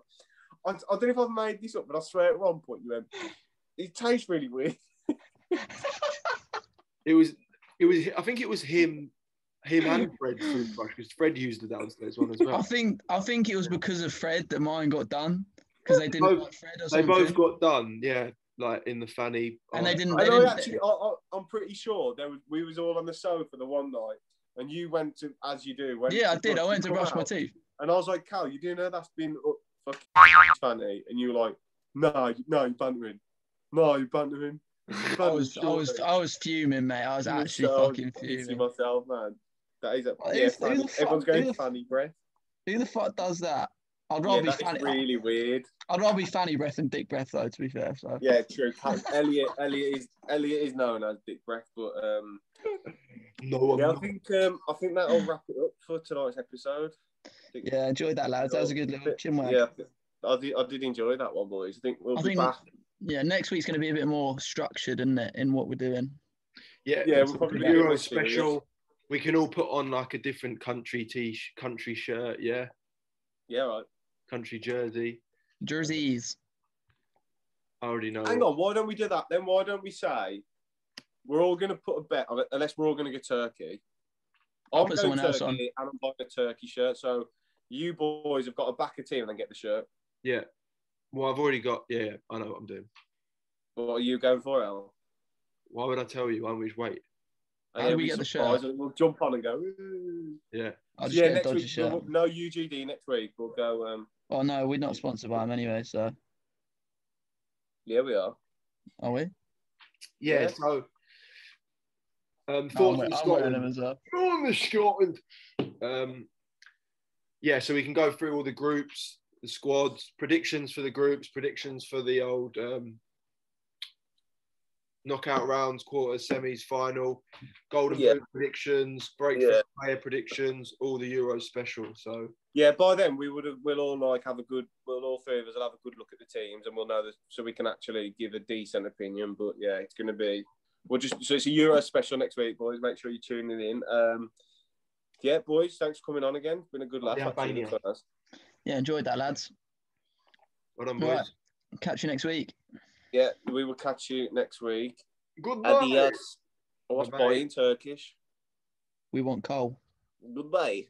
[SPEAKER 2] I, I don't know if I've made this up, but I swear at one point you went, it tastes really weird.
[SPEAKER 3] It was, it was. I think it was him, him and Fred toothbrush because Fred used the downstairs one as
[SPEAKER 4] I
[SPEAKER 3] well.
[SPEAKER 4] think I think it was because of Fred that mine got done because <laughs> they didn't
[SPEAKER 3] Both-
[SPEAKER 4] like Fred
[SPEAKER 3] They
[SPEAKER 4] or something.
[SPEAKER 3] both got done, yeah, like in the fanny.
[SPEAKER 4] and they
[SPEAKER 3] oh,
[SPEAKER 4] didn't.
[SPEAKER 2] I
[SPEAKER 4] They
[SPEAKER 2] know,
[SPEAKER 4] didn't
[SPEAKER 2] actually, I, I, I'm pretty sure there was, we was all on the sofa the one night, and you went to, as you do. Went
[SPEAKER 4] yeah, I did. I
[SPEAKER 2] brush-
[SPEAKER 4] went to
[SPEAKER 2] come
[SPEAKER 4] brush my
[SPEAKER 2] out,
[SPEAKER 4] teeth.
[SPEAKER 2] And I was like, Cal, you do know that's been up fucking funny? And you were like, no, no, you're bantering. No, you're bantering. You're
[SPEAKER 4] <laughs> I
[SPEAKER 2] bantering,
[SPEAKER 4] was, I was,
[SPEAKER 2] surely."
[SPEAKER 4] I was fuming, mate. I was
[SPEAKER 2] You were
[SPEAKER 4] actually
[SPEAKER 2] so
[SPEAKER 4] fucking
[SPEAKER 2] pissing
[SPEAKER 4] fuming.
[SPEAKER 2] myself, man. That is a,
[SPEAKER 4] Well,
[SPEAKER 2] yeah,
[SPEAKER 4] who's- who
[SPEAKER 2] fanny.
[SPEAKER 4] the fuck-
[SPEAKER 2] everyone's
[SPEAKER 4] who
[SPEAKER 2] going
[SPEAKER 4] the-
[SPEAKER 2] fanny breath.
[SPEAKER 4] Who the fuck does that? I'd
[SPEAKER 2] Yeah,
[SPEAKER 4] rather be
[SPEAKER 2] that
[SPEAKER 4] fanny.
[SPEAKER 2] is really weird.
[SPEAKER 4] I'd rather be fanny breath than dick breath, though. To be fair, so
[SPEAKER 2] Yeah, true. Elliot, Elliot is Elliot is known as Dick Breath, but um,
[SPEAKER 3] <laughs> No one.
[SPEAKER 2] yeah, I think um, I think that'll wrap it up for tonight's episode.
[SPEAKER 4] yeah, enjoyed that, lads. That was a good little chin wag.
[SPEAKER 2] Yeah, I did, I did enjoy that one, boys. I think we'll
[SPEAKER 4] I
[SPEAKER 2] be
[SPEAKER 4] think-
[SPEAKER 2] back.
[SPEAKER 4] Yeah, next week's going to be a bit more structured, isn't it, in what we're doing?
[SPEAKER 3] yeah,
[SPEAKER 2] Yeah,
[SPEAKER 3] it's
[SPEAKER 2] we'll
[SPEAKER 3] a
[SPEAKER 2] probably
[SPEAKER 4] get
[SPEAKER 3] Euro
[SPEAKER 2] more serious.
[SPEAKER 3] special. We can all put on like a different country t country shirt, yeah,
[SPEAKER 2] Yeah, right.
[SPEAKER 3] country jersey.
[SPEAKER 4] Jerseys.
[SPEAKER 3] I already know.
[SPEAKER 2] Hang on, why don't we do that? Then why don't we say we're all going to put a bet on it, unless we're all going to go Turkey.
[SPEAKER 4] I'll
[SPEAKER 2] I'm going
[SPEAKER 4] put someone
[SPEAKER 2] Turkey
[SPEAKER 4] else on.
[SPEAKER 2] and I'm buying a Turkey shirt. So you boys have got to back a team and then get the shirt.
[SPEAKER 3] Yeah. Well, I've already got. Yeah, yeah, I know what I'm doing.
[SPEAKER 2] What are you going for, Alan?
[SPEAKER 3] Why would I tell you? Why don't we just wait?
[SPEAKER 2] And
[SPEAKER 4] How do
[SPEAKER 2] it'll
[SPEAKER 4] we
[SPEAKER 2] be
[SPEAKER 4] get the shirt?
[SPEAKER 2] surprise and We'll jump on and go. "Ooh."
[SPEAKER 3] Yeah.
[SPEAKER 4] I'll just
[SPEAKER 2] yeah,
[SPEAKER 4] get a
[SPEAKER 2] next
[SPEAKER 4] dodgy
[SPEAKER 2] week.
[SPEAKER 4] shirt.
[SPEAKER 2] we'll- no UGD next week. We'll go. Um,
[SPEAKER 4] Oh no, we're not sponsored by them anyway, so
[SPEAKER 2] yeah, we are.
[SPEAKER 4] are we?
[SPEAKER 3] Yeah.
[SPEAKER 2] Yeah.
[SPEAKER 3] So, um,
[SPEAKER 4] No, I'm,
[SPEAKER 3] thoughts
[SPEAKER 4] wear-
[SPEAKER 3] on
[SPEAKER 4] I'm wearing them
[SPEAKER 3] Scotland.
[SPEAKER 4] as well.
[SPEAKER 3] Thoughts on Scotland. Um, yeah. So we can go through all the groups, the squads, predictions for the groups, predictions for the old um, knockout rounds, quarters, semis, final, golden
[SPEAKER 2] Yeah.
[SPEAKER 3] boot predictions, breakthrough
[SPEAKER 2] Yeah.
[SPEAKER 3] player predictions, all the Euro special. So
[SPEAKER 2] Yeah, by then we would have. We'll all like have a good. We'll all three of us will have a good look at the teams, and we'll know that so we can actually give a decent opinion. But yeah, it's going to be. We'll just so it's a Euro special next week, boys. Make sure you're tuning in. Um, yeah, boys, thanks for coming on again. It's been a good laugh.
[SPEAKER 3] Yeah,
[SPEAKER 2] actually,
[SPEAKER 3] Albania.
[SPEAKER 2] that's-
[SPEAKER 4] Yeah, enjoyed that, lads.
[SPEAKER 3] well done, boys.
[SPEAKER 4] Right. Catch you next week.
[SPEAKER 2] yeah, we will catch you next week.
[SPEAKER 3] Good
[SPEAKER 2] uh,
[SPEAKER 3] night.
[SPEAKER 2] Adios. I was
[SPEAKER 3] Bye-bye.
[SPEAKER 2] buying Turkish.
[SPEAKER 4] We want coal.
[SPEAKER 2] Goodbye.